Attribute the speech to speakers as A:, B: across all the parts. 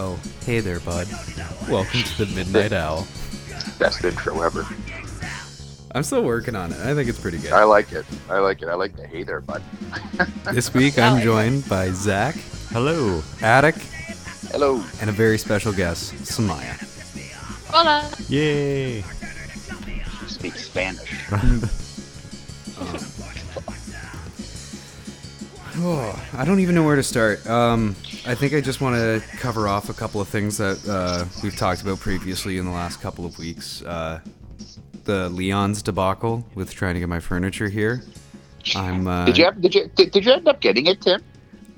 A: Oh, hey there, bud. Welcome to the Midnight Owl.
B: Best intro ever.
A: I'm still working on it. I think it's pretty
B: I
A: good.
B: like it. I like it. I like the hey there, bud.
A: This week, I'm joined by Zach,
C: Hello.
A: Attic,
B: Hello.
A: and a very special guest, Samaya.
D: Hola.
C: Yay.
B: Speak Spanish.
A: Oh, I don't even know where to start. Um, I think I just want to cover off a couple of things that uh, we've talked about previously in the last couple of weeks. Uh, the Leon's debacle with trying to get my furniture here. I'm. Uh,
B: Did you have, did you did, did you end up getting it, Tim?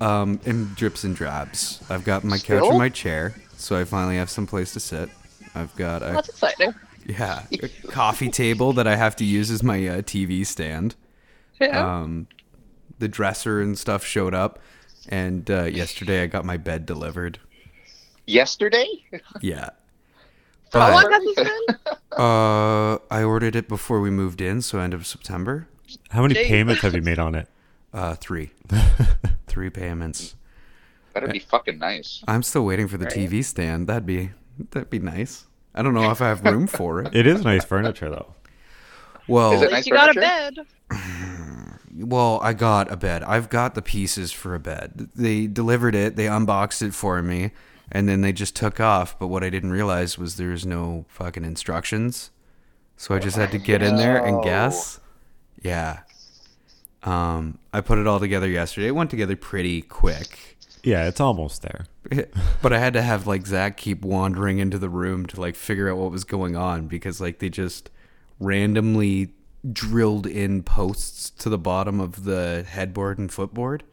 A: Um, in drips and drabs. I've got my couch
B: Still?
A: and my chair, so I finally have some place to sit. I've got a
D: That's exciting.
A: yeah a coffee table that I have to use as my uh, TV stand.
D: Yeah.
A: Um, the dresser and stuff showed up, and uh, yesterday I got my bed delivered.
B: Yesterday?
A: Yeah.
D: How
A: But
D: long has this been?
A: uh, I ordered it before we moved in, so end of September.
C: How many
D: Yay.
C: payments have you made on it?
A: Uh, three, three payments.
B: That'd be fucking nice.
A: I'm still waiting for the TV stand. That'd be that'd be nice. I don't know if I have room for it.
C: It is nice furniture though.
A: Well,
B: Is it
D: At
B: nice
D: least you got a bed.
B: furniture?
A: Well, I got a bed. I've got the pieces for a bed. They delivered it, they unboxed it for me, and then they just took off. But what I didn't realize was there's no fucking instructions. So I just had to get in there and guess. Yeah. Um, I put it all together yesterday. It went together pretty quick.
C: Yeah, it's almost there.
A: But I had to have like Zach keep wandering into the room to like figure out what was going on because like they just randomly drilled in posts to the bottom of the headboard and footboard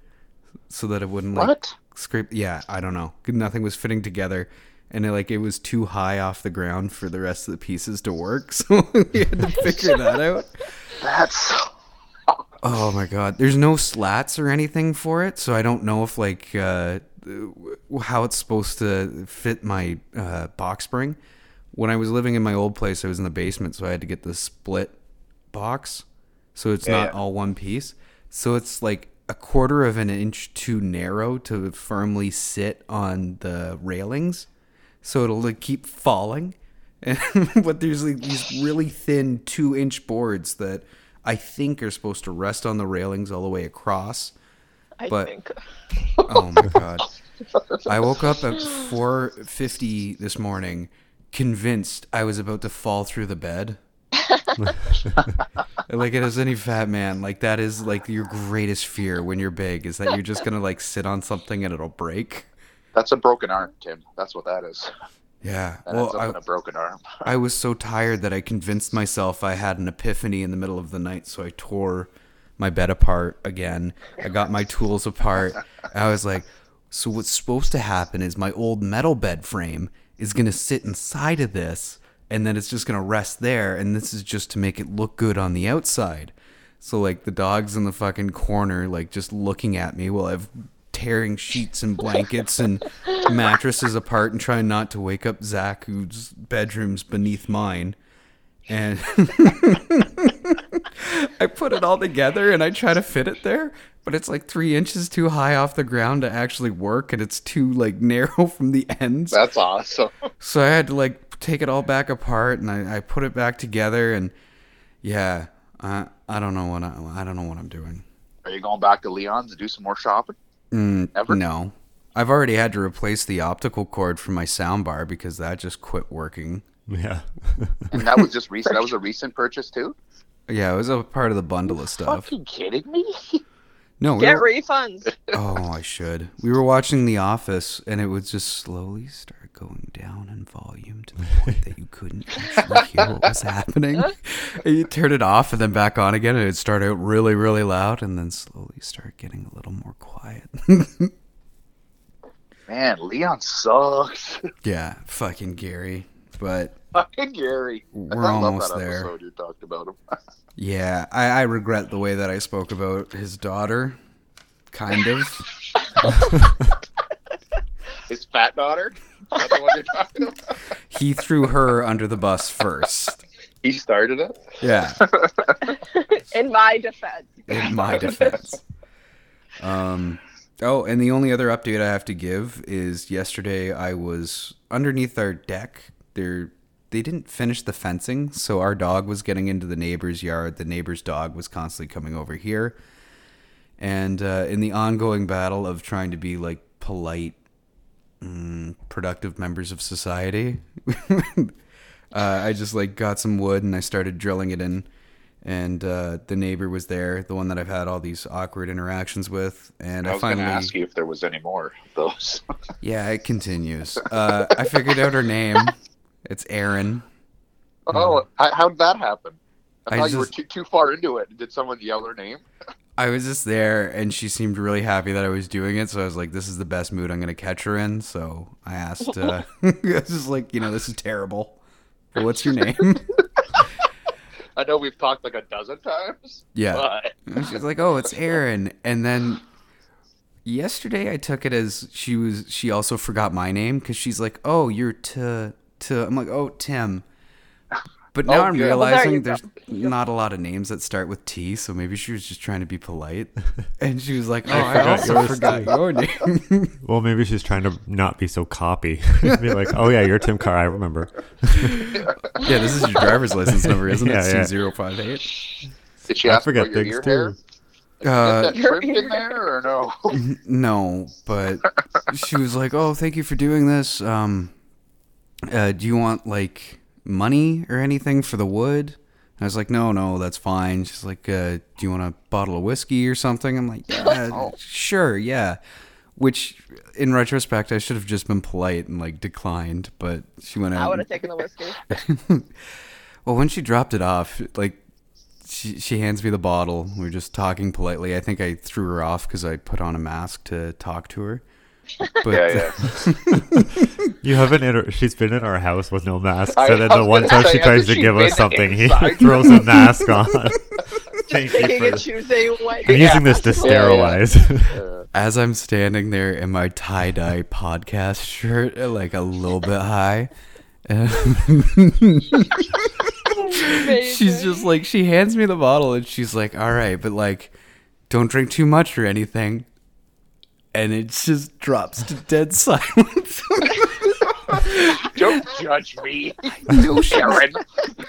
A: so that it wouldn't like
B: What?
A: scrape. Yeah, I don't know. Nothing was fitting together. And it, like it was too high off the ground for the rest of the pieces to work, so we had to figure that out.
B: That's
A: Oh my god, there's no slats or anything for it, so I don't know if like uh, w- how it's supposed to fit my uh, box spring. When I was living in my old place, I was in the basement, so I had to get the split box, so it's not all one piece. So it's like a quarter of an inch too narrow to firmly sit on the railings, so it'll like keep falling. And but there's like these really thin two inch boards that I think are supposed to rest on the railings all the way across.
D: I
A: but-
D: think.
A: Oh my god! I woke up at four fifty this morning, convinced I was about to fall through the bed. like it is any fat man, like that is like your greatest fear when you're big is that you're just gonna like sit on something and it'll break.
B: that's a broken arm, Tim. That's what that is.
A: Yeah.
B: That ends
A: well,
B: up
A: I,
B: in a broken arm.
A: I was so tired that I convinced myself I had an epiphany in the middle of the night, so I tore my bed apart again. I got my tools apart. I was like, so what's supposed to happen is my old metal bed frame is going to sit inside of this, and then it's just going to rest there, and this is just to make it look good on the outside. So, like, the dog's in the fucking corner, like, just looking at me while I've tearing sheets and blankets and mattresses apart and trying not to wake up Zach, whose bedroom's beneath mine. And I put it all together and I try to fit it there, but it's like three inches too high off the ground to actually work, and it's too like narrow from the ends.
B: That's awesome.
A: So I had to like take it all back apart and I, I put it back together, and yeah, I I don't know what I, I don't know what I'm doing.
B: Are you going back to Leon's to do some more shopping?
A: Mm,
B: Ever?
A: No. I've already had to replace the optical cord for my soundbar because that just quit working.
C: Yeah.
B: And that was just recent. That was a recent purchase too.
A: Yeah, it was a part of the bundle of stuff.
B: Fucking kidding me?
A: No, we
D: Get
A: were-
D: refunds.
A: oh, I should. We were watching The Office, and it would just slowly start going down in volume to the point that you couldn't actually hear what was happening. And you turn it off and then back on again, and it'd start out really, really loud, and then slowly start getting a little more quiet.
B: Man, Leon sucks.
A: yeah, fucking Gary. But
B: fucking Gary.
A: We're
B: I love
A: almost
B: that
A: there.
B: Episode you talked about him.
A: Yeah, I, I regret the way that I spoke about his daughter, kind of.
B: His fat daughter. That's the one you're talking about.
A: he threw her under the bus first.
B: He started it.
A: Yeah,
D: In my defense.
A: in my defense. Um, Oh, and the only other update I have to give is yesterday I was underneath our deck. There they didn't finish the fencing, so our dog was getting into the neighbor's yard. The neighbor's dog was constantly coming over here. And uh, in the ongoing battle of trying to be like polite, mm, productive members of society, uh, I just like got some wood and I started drilling it in. And uh, the neighbor was there, the one that I've had all these awkward interactions with. And I,
B: I was going
A: finally
B: to ask you if there was any more of those.
A: yeah, it continues. Uh, I figured out her name. It's Erin.
B: oh, how- how'd that happen? I,
A: I
B: thought you were
A: just-
B: too, too far into it. Did someone yell her name?
A: I was just there, and she seemed really happy that I was doing it. So I was like, "This is the best mood I'm going to catch her in." So I asked, uh, "I was just like, you know, this is terrible. But what's your name?"
B: I know we've talked like a dozen times.
A: yeah,
B: But
A: and she was like, "Oh, it's Erin." And then yesterday, I took it as she was. She also forgot my name because she's like, "Oh, you're to to." I'm like, "Oh, Tim." But now
B: Oh,
A: I'm
B: yeah. Well,
D: there
A: realizing
D: you go.
A: there's not a lot of names that start with T, so maybe she was just trying to be polite. And she was like, "Oh, I,
C: forgot
A: also
C: yours,
A: forgot
C: too."
A: your name."
C: Well, maybe she's trying to not be so copy. be like, oh yeah, you're Tim Carr. I remember.
A: yeah, this is your driver's license number, isn't
C: Yeah,
A: it?
C: yeah.
A: Two zero five eight.
B: did she
C: I
B: ask
C: forget
B: about your
C: things
B: ear
C: too.
B: hair?
A: Uh,
B: Get that
D: Your
B: trimmed in
D: ear.
B: there or no?
A: no, but she was like, "Oh, thank you for doing this. Um, uh, do you want like money or anything for the wood?" And I was like, "No, no, that's fine." She's like, uh, "Do you want a bottle of whiskey or something?" I'm like, "Yeah, sure, yeah." Which, in retrospect, I should have just been polite and like declined, but she went out.
D: I would
A: and-
D: have taken the whiskey.
A: Well, when she dropped it off, like she she hands me the bottle. We are just talking politely. I think I threw her off because I put on a mask to talk to her. But
B: yeah, yeah.
C: You haven't. Inter- she's been in our house with no mask,
B: I-
C: so then
B: I
C: the
B: was
C: one
B: gonna
C: time
B: say,
C: she
B: hasn't
C: tries to
B: she
C: give us
B: been
C: something, he
B: inside?
C: throws a mask on. Thank you
D: Taking
C: for
D: a
C: this.
D: Tuesday white.
C: I'm using this to sterilize.
A: as I'm standing there in my tie dye podcast shirt, uh, like a little bit high, she's just like she hands me the bottle and she's like, "All right, but like, don't drink too much or anything." And it just drops to dead silence.
B: Don't judge me,
A: no shit.
B: Karen.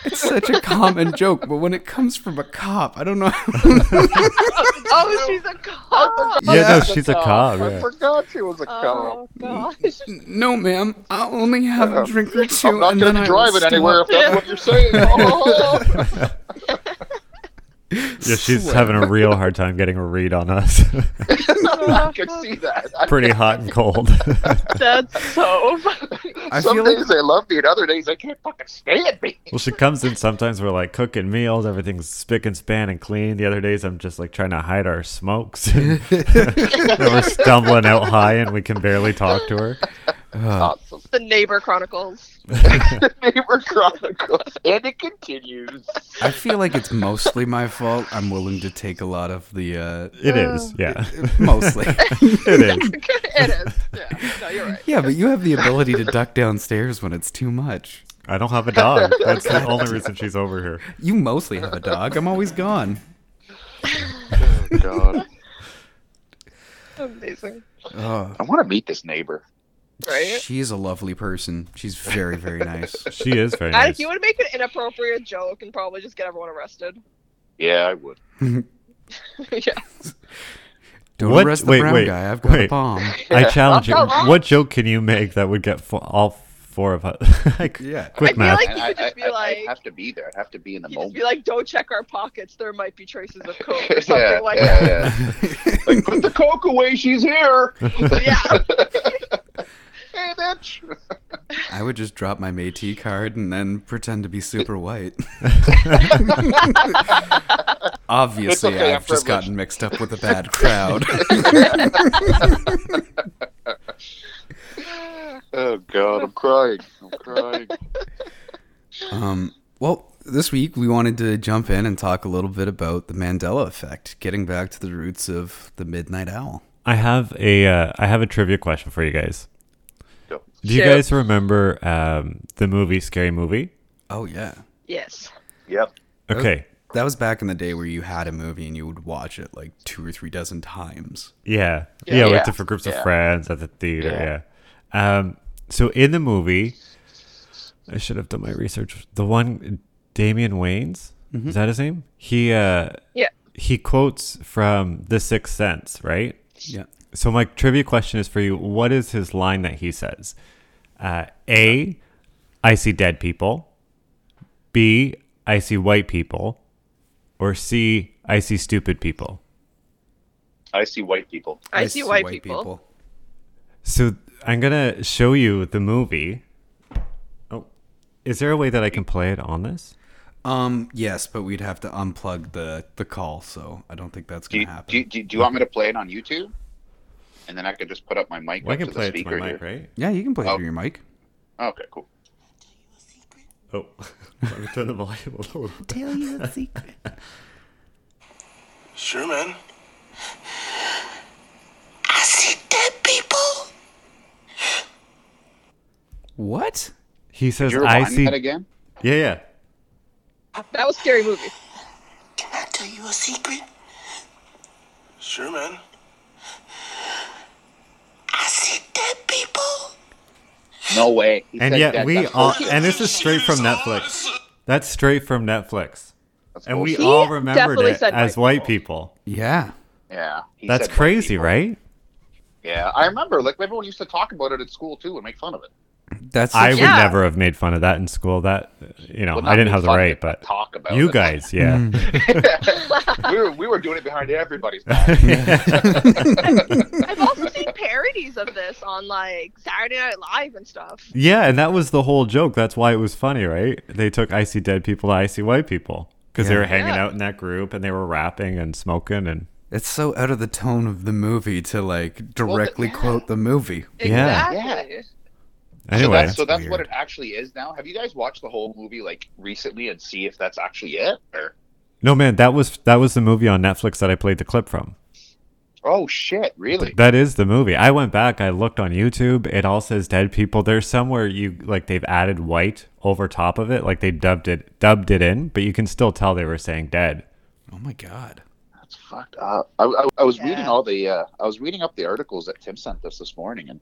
A: It's such a common joke, but when it comes from a cop, I don't know.
D: oh, she's a cop.
C: Yeah, no, she's a cop.
B: Oh, I
C: Yeah.
B: forgot she was a cop.
D: Oh gosh.
A: No, ma'am. I'll only have a drink or 2
B: I'm not
A: and
B: going
A: then
B: to
A: I
B: drive
A: will
B: it anywhere if
A: stop.
B: that's what you're saying. Oh.
C: Yeah, she's having a real hard time getting a read on us.
B: I can see that. I-
C: Pretty hot and cold.
D: That's so funny.
A: I
B: Some
A: feel
B: days
A: like
B: they love me, and other days they can't fucking stand me.
C: well, she comes in sometimes we're like cooking meals, everything's spick and span and clean. The other days I'm just like trying to hide our smokes. and we're stumbling out high and we can barely talk to her.
B: Awesome.
D: The neighbor chronicles.
B: The Neighbor Chronicles, and it continues.
A: I feel like it's mostly my fault. I'm willing to take a lot of the uh
C: It is, yeah.
A: mostly.
C: it is.
D: it is. Yeah. No, you're right.
A: yeah, but you have the ability to duck downstairs when it's too much.
C: I don't have a dog. That's the only reason she's over here.
A: You mostly have a dog. I'm always gone.
B: Oh, God.
D: Amazing.
A: Oh,
B: I want to meet this neighbor.
D: Right?
A: she's a lovely person. She's very, very nice.
C: She is very
D: I,
C: nice.
D: if you would make an inappropriate joke and probably just get everyone arrested.
B: Yeah, I would.
D: yeah.
A: Don't
C: What-
A: arrest the
C: wait,
A: brown
C: wait,
A: guy. I've got a
C: wait.
A: bomb.
C: I challenge you.
B: All right.
C: What joke can you make that would get fo- all four of us? Like,
A: Yeah.
D: I
C: Quick
D: feel
C: math.
D: like-
B: And
D: you
B: I,
D: could just be
B: I,
D: like-
B: I have to be there. I have to be in the
D: You just
B: moment.
D: be like, don't check our pockets. There might be traces of coke or
B: yeah,
D: something like
B: yeah,
D: that.
B: yeah. like, put the coke away. She's here.
D: Yeah.
B: hey, bitch.
A: I would just drop my Métis card and then pretend to be super white. Obviously,
B: It's okay, I'm
A: I've just
B: privileged.
A: gotten mixed up with a bad crowd.
B: Oh God, I'm crying. I'm crying.
A: um, well, this week we wanted to jump in and talk a little bit about the Mandela effect, getting back to the roots of the Midnight Owl.
C: I have a uh, I have a trivia question for you guys.
B: Go.
C: Do you
D: Shoot.
C: guys remember um, the movie Scary Movie?
A: Oh yeah,
D: Yes.
B: Yep.
C: Okay,
A: That was back in the day where you had a movie and you would watch it like two or three dozen times.
C: Yeah. Yeah,
B: Yeah.
C: with
B: Yeah.
C: different groups of
B: Yeah.
C: friends at the theater. Yeah. Um, so in the movie, I should have done my research. The one, Damian Waynes,
B: Mm-hmm.
C: is that his name? He, uh,
D: Yeah.
C: he quotes from The Sixth Sense, right?
A: Yeah.
C: So my trivia question is for you. What is his line that he says? Uh, A, I see dead people. B, I see white people. Or C, I see stupid people.
B: I see white people.
D: I, see white, people.
C: So I'm gonna show you the movie. Oh, is there a way that I can play it on this?
A: Um, yes, but we'd have to unplug the the call, so I don't think that's
B: Do
A: gonna
B: you,
A: happen.
B: do, you, do, you, do you want me to play it on YouTube? And then I could just put up my mic
C: Well, I
B: up
C: can
B: to
C: play
B: the
C: it to
B: speaker.
C: my mic,
B: here.
C: right?
A: yeah, you can play
B: Oh.
A: through your mic.
B: Okay, cool.
C: Oh, let me turn the volume a little.
E: tell you a secret.
F: Sure, man.
E: I see dead people.
A: What?
C: He says,
B: You're
C: "I
B: wanting
C: see."
B: that again?
C: Yeah, yeah.
D: That was scary movie.
E: Can I tell you a secret?
F: Sure, man.
E: I see dead people.
B: No way. He
C: And
B: said
C: yet
B: that-
C: we
B: that's
C: all,
B: bullshit.
C: and this is straight from Netflix. That's straight from Netflix,
B: That's
C: and we
B: bullshit.
C: all remembered
D: definitely
C: it
D: said
C: as
D: white
C: white people.
A: Yeah.
B: yeah. he
C: That's
B: said white
C: crazy,
B: people.
C: right?
B: Yeah, I remember. Like everyone used to talk about it at school too and make fun of it.
A: That's
C: I would
D: Yeah.
C: never have made fun of that in school. That you know,
B: Well,
C: Oh, I
B: not
C: didn't
B: make
C: have the
B: fun of
C: right,
B: it, but
C: but
B: talk about
C: you
B: it.
C: guys,
D: Mm-hmm.
C: yeah.
B: we were we were doing it behind everybody's back.
D: I've also seen parodies of this on like Saturday Night Live and stuff.
C: Yeah, and that was the whole joke. That's why it was funny, right? They took I see dead people to I see white people because they
A: Yeah.
C: were hanging
D: Yeah.
C: out in that group and they were rapping and smoking and
A: It's so out of the tone of the movie to like directly
B: yeah.
A: quote the movie.
C: Yeah.
D: Exactly.
B: so
C: anyway.
B: that's, so that's what
A: weird.
B: it actually is now. Have you guys watched the whole movie like recently and see if that's actually it? Or
C: no man, that was that was the movie on Netflix that I played the clip from.
B: oh shit, really?
C: That is the movie. I went back, I looked on YouTube. It all says dead people. There's somewhere you like they've added white over top of it, like they dubbed it dubbed it in, but you can still tell they were saying dead.
A: Oh my god.
B: That's fucked up. I, I, I was
D: Yeah.
B: reading all the uh, I was reading up the articles that Tim sent us this morning, and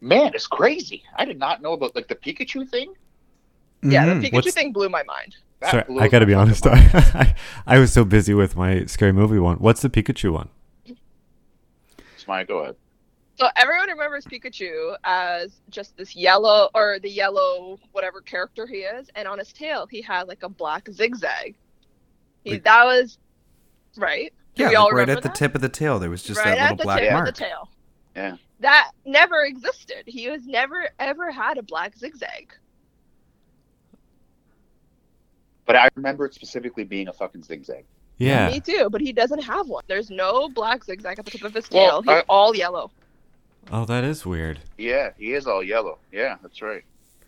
B: man, it's crazy. I did not know about like the Pikachu thing.
D: Yeah, the
A: Mhm.
D: Pikachu
C: What's-
D: thing blew my mind.
B: That
C: Sorry,
B: blew
C: I got to
B: my
C: be
B: fucking
C: honest.
B: mind.
C: I, I was so busy with my scary movie one. What's the Pikachu one?
B: Smile, go ahead.
D: So everyone remembers Pikachu as just this yellow or the yellow whatever character he is, and on his tail he had like a black zigzag. He,
A: Like-
D: that was right. Do
A: Yeah,
D: we all
A: like right
D: remember
A: at the
D: that?
A: tip of the tail, there was just
D: right
A: that
D: at
A: little
D: the
A: black
D: tip
A: mark.
D: of the tail.
B: Yeah.
D: That never existed. He was never ever had a black zigzag.
B: But I remember it specifically being a fucking zigzag.
C: Yeah.
D: Me too, but he doesn't have one. There's no black zigzag at the tip of his
B: Well,
D: tail. He's
B: I-
D: all yellow.
C: Oh, that is weird.
B: Yeah, he is all yellow. Yeah, that's right.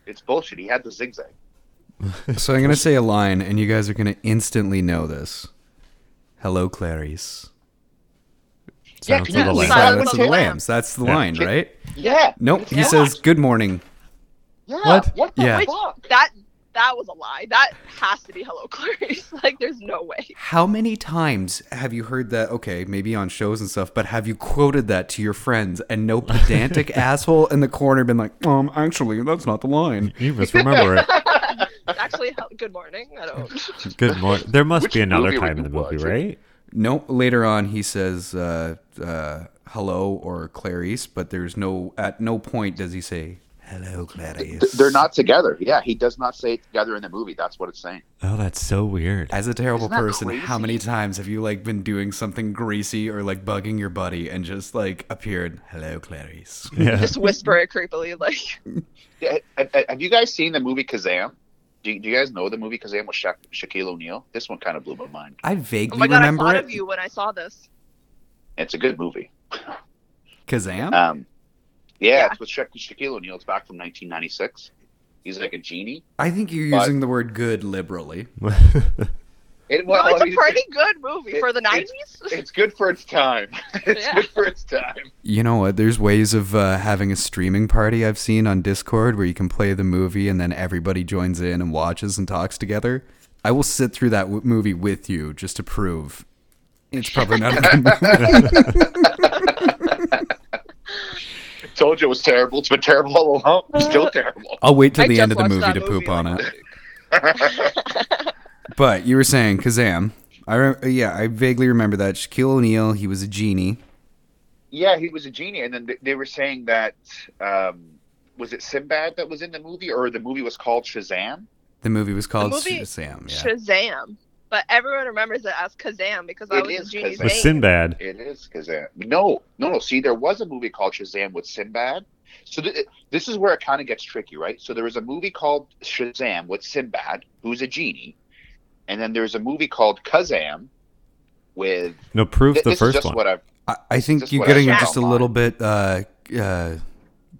B: It's bullshit. He had the zigzag.
A: So I'm gonna say a line, and you guys are gonna instantly know this. Hello, Clarice.
B: Yeah,
C: Silence
B: can
C: of the
B: you-
C: Lambs.
D: Silence
A: Silence
D: of
A: of
D: the
A: the Lambs. That's the
C: Yeah.
A: line, right?
B: Yeah.
A: Nope. He
B: Yeah.
A: says, "Good morning."
B: Yeah.
C: What?
B: the
A: Yeah.
D: Which
B: fuck?
D: that that was a lie. That has to be Hello Clarice. Like there's no way.
A: How many times have you heard that? Okay, maybe on shows and stuff, but have you quoted that to your friends and no pedantic asshole in the corner been like, um, actually, that's not the line.
C: You must remember it.
D: Actually, hel- good morning. I don't.
C: Good morning. There must
B: Which
C: be another
B: movie were
C: time in the
B: you
C: movie,
B: watching?
C: right?
A: Nope. Later on, he says, uh, uh, hello or Clarice, but there's no, at no point does he say, hello, Clarice.
B: They're not together. Yeah, he does not say it together in the movie. That's what it's saying.
C: Oh, that's so weird.
A: As a terrible
B: Isn't that
A: person, how
B: crazy?
A: many times have you like been doing something greasy or like bugging your buddy and just like appeared, hello, Clarice?
C: Yeah.
D: Just whisper it creepily, like
B: Yeah, Have, have- have you guys seen the movie Kazam? Do, do you guys know the movie Kazam with Sha- Shaquille O'Neal? This one kind of blew my mind.
A: I
D: "Oh
A: vaguely
D: my god, I
A: remember
D: thought
A: it.
D: of you when I saw this."
B: It's a good movie.
A: Kazam?
B: Um, yeah,
D: Yeah.
B: it's with Sha- Shaquille O'Neal. It's back from 1996. He's like a genie.
A: I think you're
B: but-
A: using the word good liberally.
B: It,
D: Well,
B: well,
D: it's
B: I
D: a
B: mean,
D: pretty good movie
B: it-
D: for the
B: it's-
D: '90s.
B: It's good for its time. it's
D: Yeah.
B: good for its time.
A: You know what? There's ways of uh, having a streaming party I've seen on Discord where you can play the movie and then everybody joins in and watches and talks together. I will sit through that w- movie with you just to prove it's probably not a good movie.
B: Told you it was terrible. It's been terrible all
D: Uh-huh.
B: along. It's still terrible.
A: I'll wait till
D: I
A: the
D: just
A: end of the
D: watched
A: movie
D: that
A: to poop
D: movie
A: on
D: like
A: it. But you were saying Kazam. I re- yeah, I vaguely remember that Shaquille O'Neal. He was a genie.
B: Yeah, he was a genie, and then they- they were saying that um, was it Sinbad that was in the movie, or the movie was called Shazam?
A: The movie was called
D: movie-
A: Shazam. Yeah.
D: Shazam. But everyone remembers it as Kazam because that
B: It
D: was
B: is
D: the genie's
B: Kazam.
C: With
D: name.
C: Sinbad.
B: It is Kazam. No, no, no. See, there was a movie called Shazam with Sinbad. So th- this is where it kind of gets tricky, right? So there was a movie called Shazam with Sinbad, who's a genie, and then there's a movie called Kazam with.
C: No, proof
B: Th-
C: the
B: this is
C: first
B: just
C: one.
B: what I.
A: I, I think
B: Just
A: you're
B: what I
A: getting
B: saw
A: just a
B: online.
A: little bit uh, uh,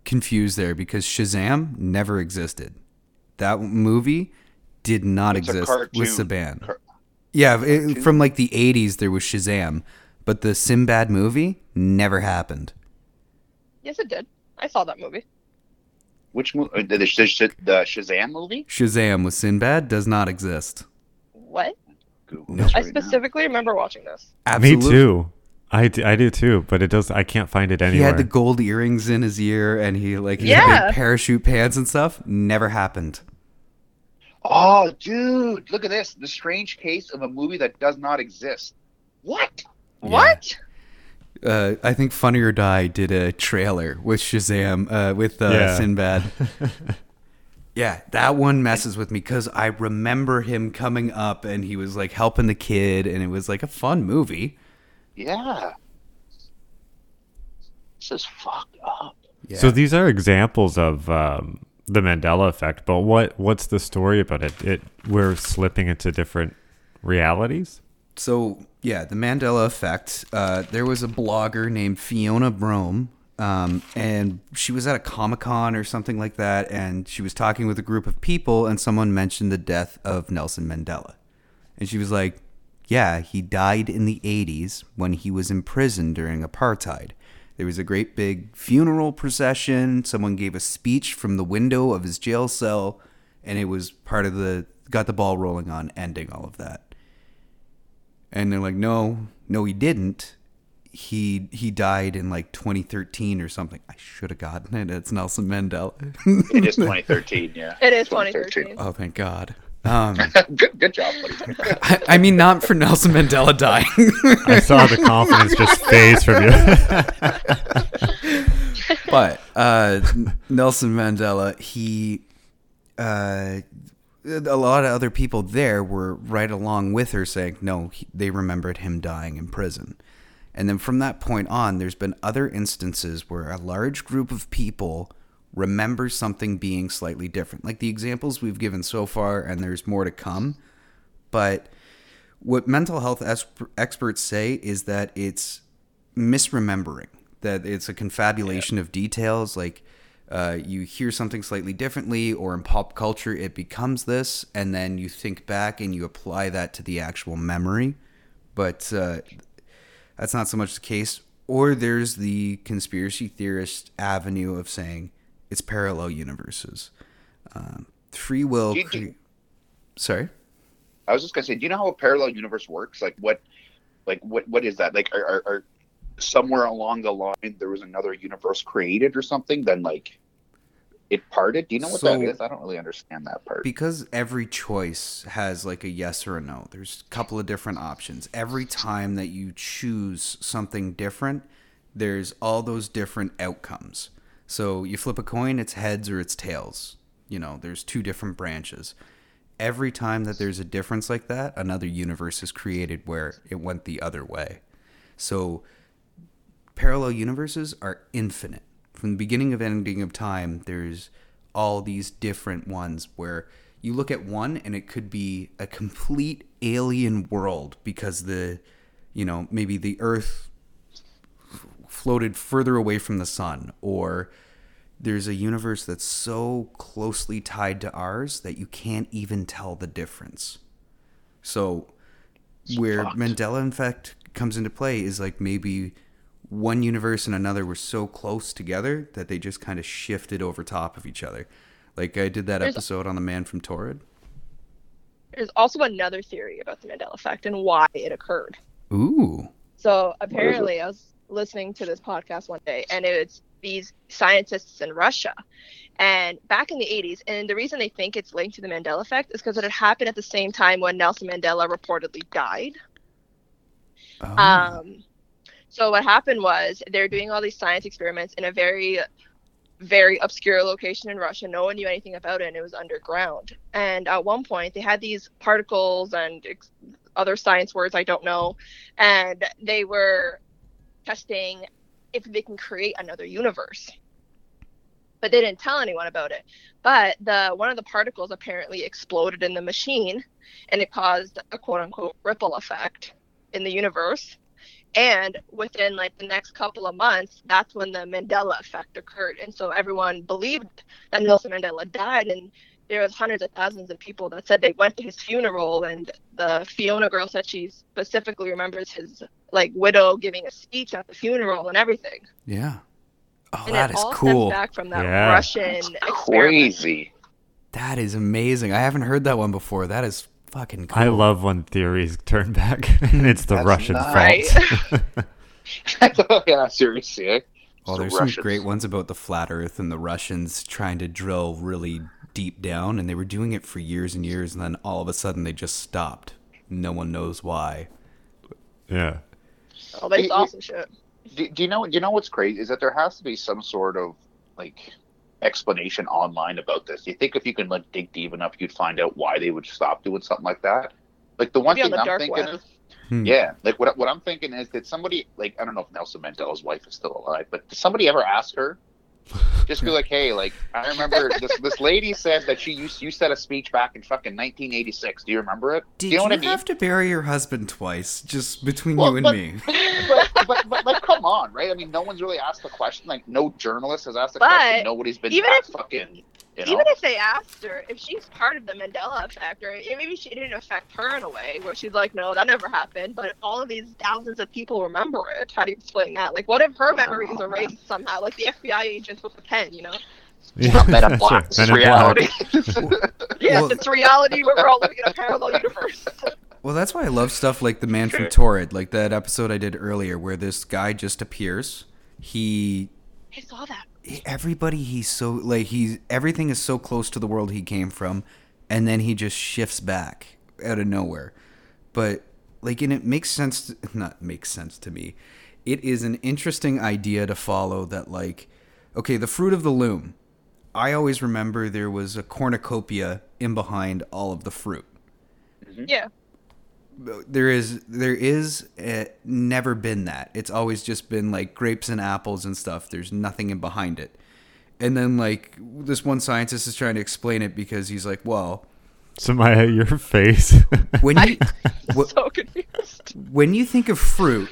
A: confused there because Shazam never existed. That movie did not
B: It's a
A: exist
B: cartoon.
A: with Saban.
B: Car-
A: yeah, it, from like the 80s, there was Shazam, but the Sinbad movie never happened.
D: Yes, it did. I saw that movie.
B: Which movie? The, the, Sh- the Shazam movie?
A: Shazam with Sinbad does not exist.
D: What?
B: Google
A: No.
B: this
D: I
B: right now.
D: specifically remember watching this.
C: Me
A: Absolutely.
C: too. I do, I do too, but it does. I can't find it
A: He
C: anywhere.
A: had the gold earrings in his ear and he like he had
D: Yeah.
A: big parachute pants and stuff. Never happened.
B: Oh, dude, look at this. The strange case of a movie that does not exist. What?
D: What?
A: uh, I think Funny or Die did a trailer with Shazam uh, with uh,
C: Yeah.
A: Sinbad. yeah, that one messes with me because I remember him coming up and he was like helping the kid, and it was like a fun movie.
B: Yeah. This is fucked up.
A: Yeah.
C: So these are examples of um, the Mandela effect. But what what's the story about it? It we're slipping into different realities.
A: so yeah, the Mandela effect. Uh, there was a blogger named Fiona Brome, um, and she was at a comic con or something like that, and she was talking with a group of people, and someone mentioned the death of Nelson Mandela, and she was like, "Yeah, he died in the '80s when he was in prison during apartheid." There was a great big funeral procession. Someone gave a speech from the window of his jail cell, and it was part of the got the ball rolling on ending all of that and they're like no no he didn't he he died in like 2013 or something i should have gotten it it's nelson mandela
B: It is 2013, yeah.
D: It is 2013.
A: oh thank god um,
B: good, good job, buddy.
A: I, I mean not for nelson mandela dying
C: I saw the confidence just phase from you.
A: but uh, Nelson Mandela, he, uh, a lot of other people there were right along with her saying, no, he, they remembered him dying in prison. And then from that point on, there's been other instances where a large group of people remember something being slightly different. Like the examples we've given so far, and there's more to come. But what mental health es- experts say is that it's misremembering that it's a confabulation of details like uh, you hear something slightly differently or in pop culture it becomes this and then you think back and you apply that to the actual memory but uh, that's not so much the case or there's the conspiracy theorist avenue of saying it's parallel universes um, free will
B: Do you-
A: cre- sorry
B: I was just gonna say, do you know how a parallel universe works? Like what, like what, what is that? Like, are, are, are somewhere along the line there was another universe created or something? Then like, it parted. Do you know what
A: So-
B: that is? I don't really understand that part.
A: because every choice has like a yes or a no there's a couple of different options every time that you choose something different there's all those different outcomes so you flip a coin it's heads or it's tails you know there's two different branches every time that there's a difference like that another universe is created where it went the other way so parallel universes are infinite. From the beginning of ending of time, there's all these different ones where you look at one and it could be a complete alien world because the, you know, maybe the Earth floated further away from the sun or there's a universe that's so closely tied to ours that you can't even tell the difference. So where Mandela effect comes into play is like maybe one universe and another were so close together that they just kind of shifted over top of each other. Like I did that episode on the man from Torrid.
D: There's also another theory about the Mandela effect and why it occurred.
A: Ooh.
D: So apparently, I was listening to this podcast one day, and it's these scientists in Russia. And back in the 80s, and the reason they think it's linked to the Mandela effect is because it had happened at the same time when Nelson Mandela reportedly died.
A: Oh.
D: Um, so what happened was they're doing all these science experiments in a very, very obscure location in Russia. No one knew anything about it, and it was underground. And at one point, they had these particles and ex- other science words I don't know, and they were testing if they can create another universe. But they didn't tell anyone about it. But the one of the particles apparently exploded in the machine, and it caused a quote unquote ripple effect in the universe. And within like the next couple of months, that's when the Mandela effect occurred. And so everyone believed that Nelson Mandela died. And there was hundreds of thousands of people that said they went to his funeral. And the Fiona girl said she specifically remembers his like widow giving a speech at the funeral and everything.
A: yeah. Oh,
D: and
A: that
D: it
A: is
D: all
A: cool.
D: stems back from that
C: Yeah.
D: Russian experiment.
B: Crazy.
A: That is amazing. I haven't heard that one before. That is fucking cool.
C: I love when theories turn back and it's the
B: That's
C: Russian
B: nice.
C: fault.
B: yeah, seriously. eh?
A: Oh,
B: So
A: there's
B: Russians.
A: some great ones about the flat Earth and the Russians trying to drill really deep down, and they were doing it for years and years, and then all of a sudden they just stopped. No one knows why.
C: yeah.
D: Oh, but it's awesome shit.
B: Do, do you know? Do you know what's crazy is that there has to be some sort of like explanation online about this. You think if you can like dig deep enough, you'd find out why they would stop doing something like that. Like the one
D: Maybe on
B: thing
D: the
B: I'm
D: dark
B: thinking
D: web.
B: of.
A: Hmm.
B: Yeah, like what what I'm thinking is did somebody like I don't know if Nelson Mandela's wife is still alive, but did somebody ever ask her? Just be like, hey, like I remember this this lady said that she used you said a speech back in fucking 1986. Do you remember it?
A: Did
B: Do you
A: you,
B: know what I mean?
A: have to bury your husband twice, just between
B: Well,
A: you and
B: but-
A: me?
B: but, but, but like, come on, right? I mean, no one's really asked the question. Like, no journalist has asked the
D: But
B: question. Nobody's been
D: even
B: that
D: if-
B: fucking. You know?
D: Even if they asked her if she's part of the Mandela effect, or yeah, maybe she didn't affect her in a way where she's like, no, that never happened, but all of these thousands of people remember it. How do you explain that? Like, what if her memory is erased somehow, like the FBI agents with the pen, you know?
B: Not Men in Black,
C: Men
B: it's
C: in Black.
B: reality.
D: Yes,
A: Well-
D: it's reality, but we're all living in a parallel universe.
A: Well, that's why I love stuff like The Man from Torrid, like that episode I did earlier where this guy just appears. He
D: I saw that.
A: everybody he's so like he's everything is so close to the world he came from and then he just shifts back out of nowhere but like and it makes sense to, not makes sense to me it is an interesting idea to follow that like okay the fruit of the loom i always remember there was a cornucopia in behind all of the fruit
B: Mm-hmm.
D: Yeah.
A: there is there is uh, never been that. It's always just been like grapes and apples and stuff. There's nothing in behind it. And then like this one scientist is trying to explain it because he's like, well,
C: Samaya, your face.
A: when you wh-
D: So confused.
A: when you think of fruit,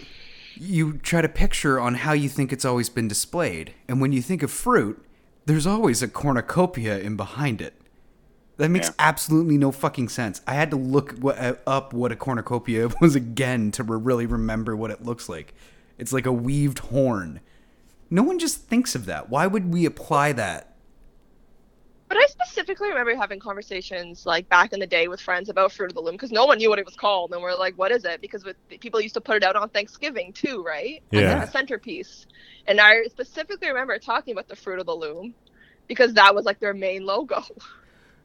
A: you try to picture on how you think it's always been displayed. And when you think of fruit, there's always a cornucopia in behind it. That makes
B: Yeah.
A: absolutely no fucking sense. I had to look what, uh, up what a cornucopia was again to re- really remember what it looks like. It's like a weaved horn. No one just thinks of that. Why would we apply that?
D: But I specifically remember having conversations like back in the day with friends about Fruit of the Loom because no one knew what it was called, and we're like, "What is it?" Because with, people used to put it out on Thanksgiving too, right? As, like,
C: Yeah.
D: a centerpiece. And I specifically remember talking about the Fruit of the Loom because that was like their main logo.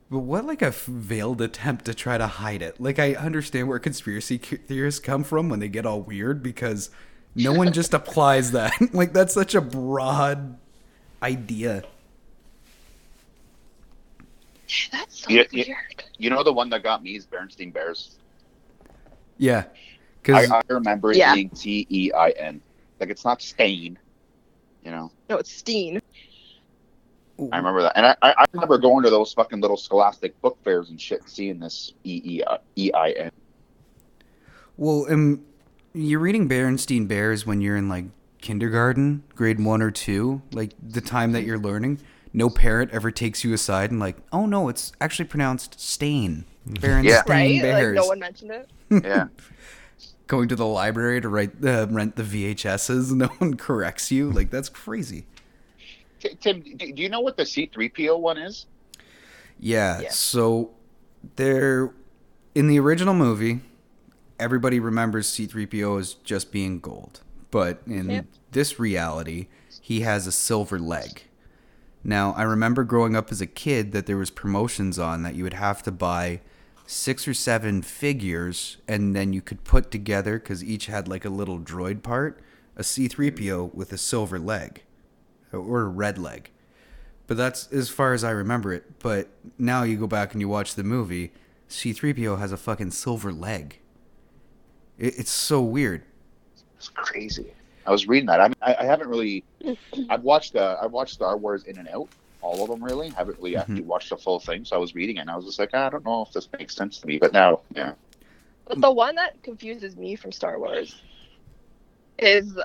A: But what like a veiled attempt to try to hide it? Like I understand where conspiracy c- theorists come from when they get all weird because no one just applies that. like that's such a broad idea.
D: That's so
B: Yeah, yeah.
D: weird.
B: you know the one that got me is Bernstein Bears.
A: Yeah,
B: I,
A: because
B: I remember it
D: Yeah.
B: being T E I N. Like it's not stain. You know,
D: No, it's Steen.
B: I
A: Mm-hmm.
B: remember that, and I, I I remember going to those fucking little Scholastic book fairs and shit, and seeing this E E I- E I N.
A: well, um, you're reading Berenstein Bears when you're in like kindergarten, grade one or two, like the time that you're learning. No parent ever takes you aside and like, oh no, it's actually pronounced stain. Berenstein
D: Right?
A: Bears.
D: Like no one mentioned it.
B: Yeah,
A: going to the library to write uh, rent the VHSs. No one corrects you. Like that's crazy.
B: T- Tim, do do you know what the C three PO one is?
A: Yeah.
D: Yeah.
A: So there in the original movie, everybody remembers C3PO as just being gold. But in
D: Yep.
A: this reality, he has a silver leg. Now, I remember growing up as a kid that there was promotions on that you would have to buy six or seven figures and then you could put together cuz each had like a little droid part, a C3PO with a silver leg or a red leg. But that's as far as I remember it. But now you go back and you watch the movie, C3PO has a fucking silver leg. It, it's so weird.
B: It's crazy. I was reading that. I mean, I, I haven't really. I've watched. Uh, I've watched Star Wars in and out, all of them. Really, haven't really actually
C: Mm-hmm.
B: watched the full thing. So I was reading it, and I was just like, "Ah, I don't know if this makes sense to me. But now, yeah,
D: But the one that confuses me from Star Wars is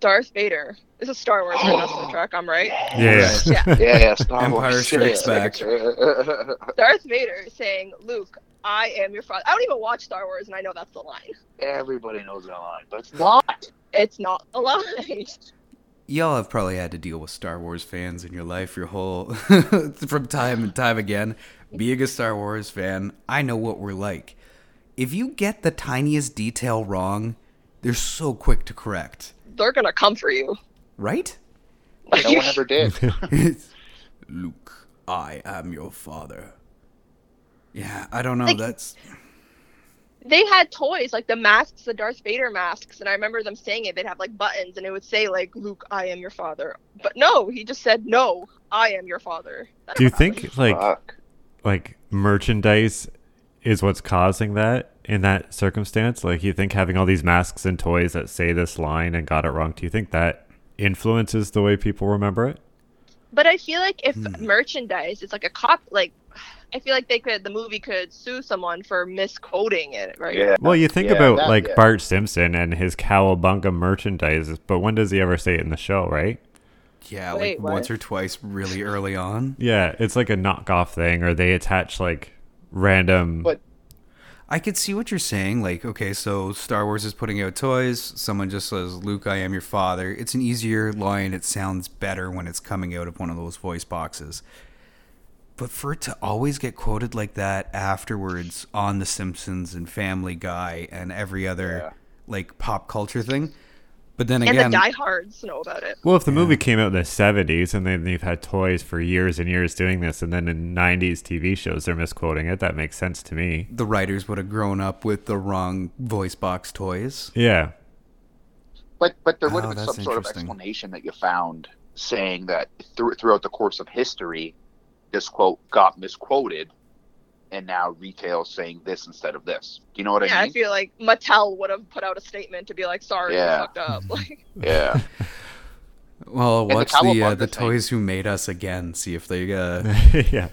D: Darth Vader. This is Star Wars, right? That's the track, I'm right.
C: Yeah.
D: Yeah.
B: yeah, yeah Star
A: Empire
B: Wars.
A: Strikes
B: Back.
D: Darth Vader saying, Luke, I am your father. I don't even watch Star Wars, and I know that's the line.
B: Everybody knows that line, but it's not.
D: It's not the line.
A: Y'all have probably had to deal with Star Wars fans in your life your whole from time and time again. Being a Star Wars fan, I know what we're like. If you get the tiniest detail wrong, they're so quick to correct,
D: They're going to come for you.
A: right?
B: No one ever did.
A: Luke, I am your father. Yeah, I don't know.
D: Like-
A: That's
D: they had toys like the masks, the Darth Vader masks, and I remember them saying it. They'd have like buttons, and it would say like "Luke, I am your father." But no, he just said, "No, I am your father." That
C: Do you
D: never happened.
C: think like
B: Fuck.
C: like merchandise is what's causing that in that circumstance? Like you think having all these masks and toys that say this line and got it wrong, do you think that influences the way people remember it?
D: But I feel like if merchandise, it's like a cop. Like, I feel like they could, the movie could sue someone for miscoding it, right?
B: Yeah.
C: Well, you think
B: Yeah,
C: about
B: that-
C: like
B: yeah.
C: Bart Simpson and his cowabunga merchandise, but when does he ever say it in the show, right?
A: yeah,
D: Wait,
A: like
D: what?
A: once or twice really early on.
C: Yeah, it's like a knockoff thing or they attach like random
B: But
A: I could see what you're saying. Like, okay, so Star Wars is putting out toys. Someone just says, Luke, I am your father. It's an easier line. It sounds better when it's coming out of one of those voice boxes. But for it to always get quoted like that afterwards on The Simpsons and Family Guy and every other like pop culture thing. But then
D: And
A: again,
D: the diehards know about it.
C: Well, if the movie came out in the 70s and then they've had toys for years and years doing this, and then in 90s TV shows they're misquoting it, that makes sense to me.
A: the writers would have grown up with the wrong voice box toys.
C: Yeah.
B: but but there would
A: Oh,
B: have been
A: that's
B: some sort of
A: interesting.
B: explanation that you found saying that through, throughout the course of history, this quote got misquoted, and now retail saying this instead of this. Do you know what
D: yeah,
B: I
D: I
B: mean?
D: feel like Mattel would have put out a statement to be like, "Sorry, we
B: Yeah.
D: fucked up." Like,
B: yeah,
A: Well,
B: the
A: watch the uh,
B: Cowabunga
A: the
B: thing.
A: toys who made us again. See if they uh,
C: yeah.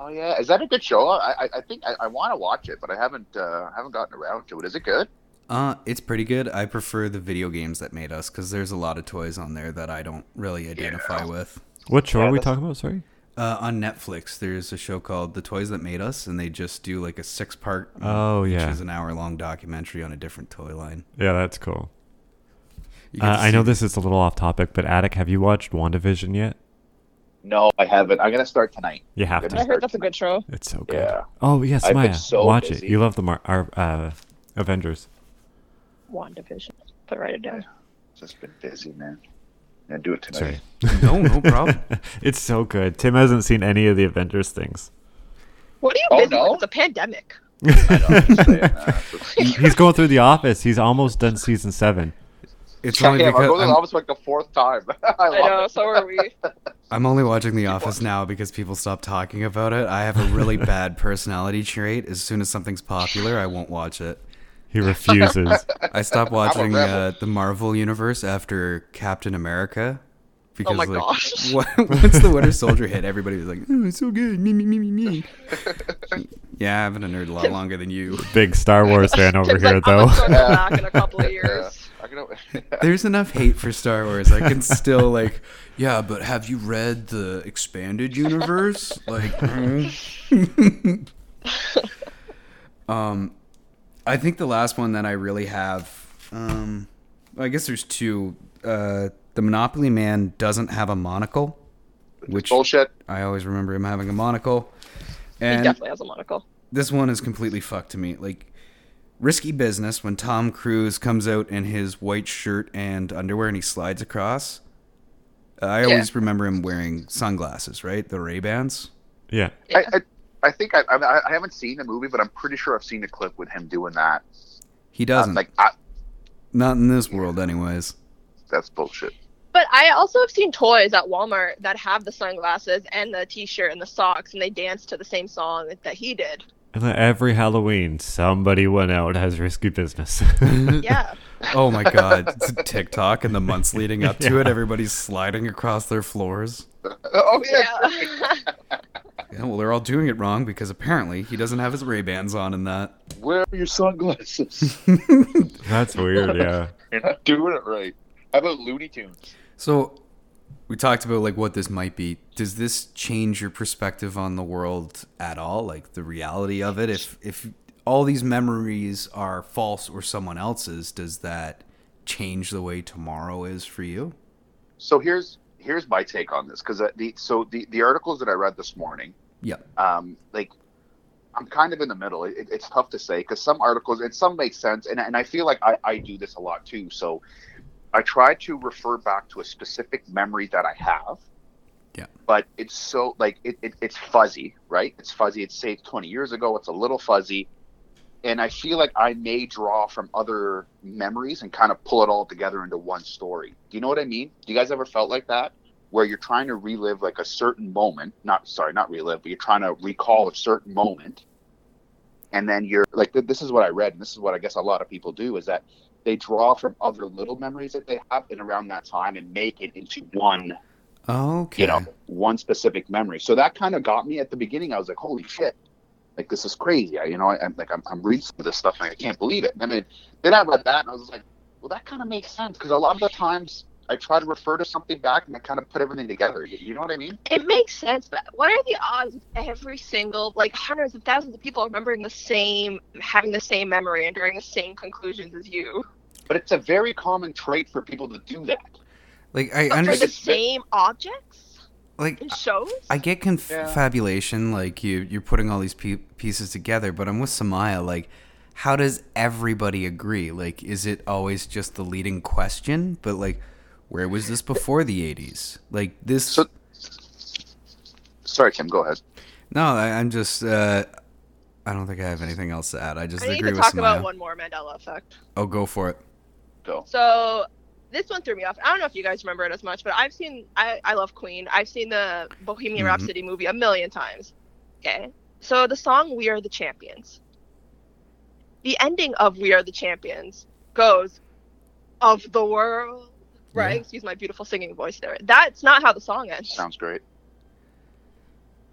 B: Oh yeah, is that a good show? I I, I think I, I want to watch it, but I haven't uh, haven't gotten around to it. Is it good?
A: Uh, it's pretty good. I prefer the video games that made us because there's a lot of toys on there that I don't really identify with.
C: What show
B: Yeah,
C: are we
B: that's-
C: talking about? Sorry.
A: Uh, on Netflix, there's a show called The Toys That Made Us, and they just do like a six part,
C: Oh, yeah.
A: which is an hour long documentary on a different toy line.
C: Yeah, that's cool.
A: You get
C: Uh,
A: to
C: I know
A: see-
C: this is a little off topic, but Attic, have you watched WandaVision yet?
B: No, I haven't. I'm gonna start tonight.
C: You have
B: Good
D: I
C: to.
D: heard that's a good show.
C: It's so good.
B: Yeah.
C: Oh, yes,
B: I've been
C: Maya.
B: so
C: watch
B: busy.
C: it. You love the Mar- our, uh, Avengers.
D: Wandavision. Put write it down.
B: Just been busy, man. i do it tonight.
C: Sorry.
A: no, no
B: Oh.
A: problem.
C: It's so good. Tim hasn't seen any of the Avengers things.
D: What are you
B: Oh,
D: busy
B: no?
D: with? It's a pandemic.
B: I know, I'm just saying, uh, it's-
C: He's going through The Office. He's almost done season seven.
A: It's
B: God
A: only
B: damn, I'm
A: because
B: going to the
A: I'm,
B: office like the fourth time. I
D: I know.
B: love
D: So are we.
A: I'm only watching The Office now because people stop talking about it. I have a really bad personality trait. As soon as something's popular, I won't watch it.
C: He refuses.
A: I stopped watching
B: rebel.
A: uh, the Marvel universe after Captain America because
D: my
A: like
D: gosh.
A: wa- once the Winter Soldier hit, everybody was like, "Oh, it's so good, me me me me me." yeah, I've been a nerd a lot longer than you.
C: Big Star Wars fan over
D: Tim's
C: here,
D: like,
C: though.
D: I'm gonna go back in a couple of years.
B: it. I can-
A: There's enough hate for Star Wars. I can still like, yeah, but have you read the expanded universe? Like, mm. um, I think the last one that I really have, um, I guess there's two. Uh, the Monopoly Man doesn't have a monocle, which
B: Bullshit.
A: I always remember him having a monocle.
D: He
A: And
D: definitely has a monocle.
A: this one is completely fucked to me. Like risky business when Tom Cruise comes out in his white shirt and underwear and he slides across. I always remember him wearing sunglasses, right? The Ray Bans.
C: Yeah.
B: I, I, I think I, I, I haven't seen the movie, but I'm pretty sure I've seen a clip with him doing that.
A: He
B: I'm
A: doesn't.
B: like, I,
A: Not in this world, anyways.
B: that's bullshit.
D: But I also have seen toys at Walmart that have the sunglasses and the T-shirt and the socks, and they dance to the same song that he did.
C: And then every Halloween, somebody went out as risky business.
D: Yeah,
A: Oh my god, It's TikTok and the months leading up to it, everybody's sliding across their floors.
B: Oh yeah,
D: yeah.
A: Yeah, well, they're all doing it wrong because apparently he doesn't have his Ray Bans on in that.
B: where are your sunglasses?
C: That's weird. Yeah.
B: You're not doing it right. How about Looney Tunes?
A: So we talked about like what this might be. Does this change your perspective on the world at all? Like the reality of it? If if all these memories are false or someone else's, does that change the way tomorrow is for you?
B: So here's here's my take on this because the so the the articles that I read this morning,
A: Yeah.
B: um, like I'm kind of in the middle. It, it's tough to say because some articles and some make sense, and and I feel like I I do this a lot too. So I try to refer back to a specific memory that I have.
A: Yeah.
B: But it's so like it, it it's fuzzy, right? It's fuzzy. It's say 20 years ago. It's a little fuzzy, and I feel like I may draw from other memories and kind of pull it all together into one story. Do you know what I mean? Do you guys ever felt like that? where you're trying to relive like a certain moment not sorry not relive but you're trying to recall a certain moment and then you're like th- this is what i read and this is what i guess a lot of people do is that they draw from other little memories that they have in around that time and make it into one
A: Okay.
B: you know one specific memory so that kind of got me at the beginning i was like holy shit like this is crazy I, you know I, i'm like I'm, I'm reading some of this stuff and i can't believe it and then, then i read that and i was like well that kind of makes sense because a lot of the times i try to refer to something back and i kind of put everything together you, you know what i mean
D: it makes sense. But what are the odds of every single, like hundreds of thousands of people remembering the same, having the same memory and drawing the same conclusions as you,
B: but it's a very common trait for people to do that
A: Like I
D: but for the
A: understand.
D: same objects
A: Like
D: in shows?
A: I get confabulation, like you you're putting all these pie pieces together, but I'm with Samaya. Like, how does everybody agree? Like, is it always just the leading question? But like, where was this before the '80s? Like this?
B: So- sorry tim go ahead
A: no, I, I'm just. Uh, I don't think I have anything else to add. I just
D: I need
A: agree
D: to
A: with
D: talk
A: Samaya.
D: about one more Mandela effect.
A: Oh, go for it.
B: go
D: So this one threw me off. I don't know if you guys remember it as much, but I've seen I, I love Queen. I've seen the Bohemian
A: Mhm.
D: Rhapsody movie a million times. Okay. So the song We Are the Champions. The ending of We Are the Champions goes of the world. Right?
A: Yeah.
D: Excuse my beautiful singing voice there. That's not how the song ends.
B: sounds great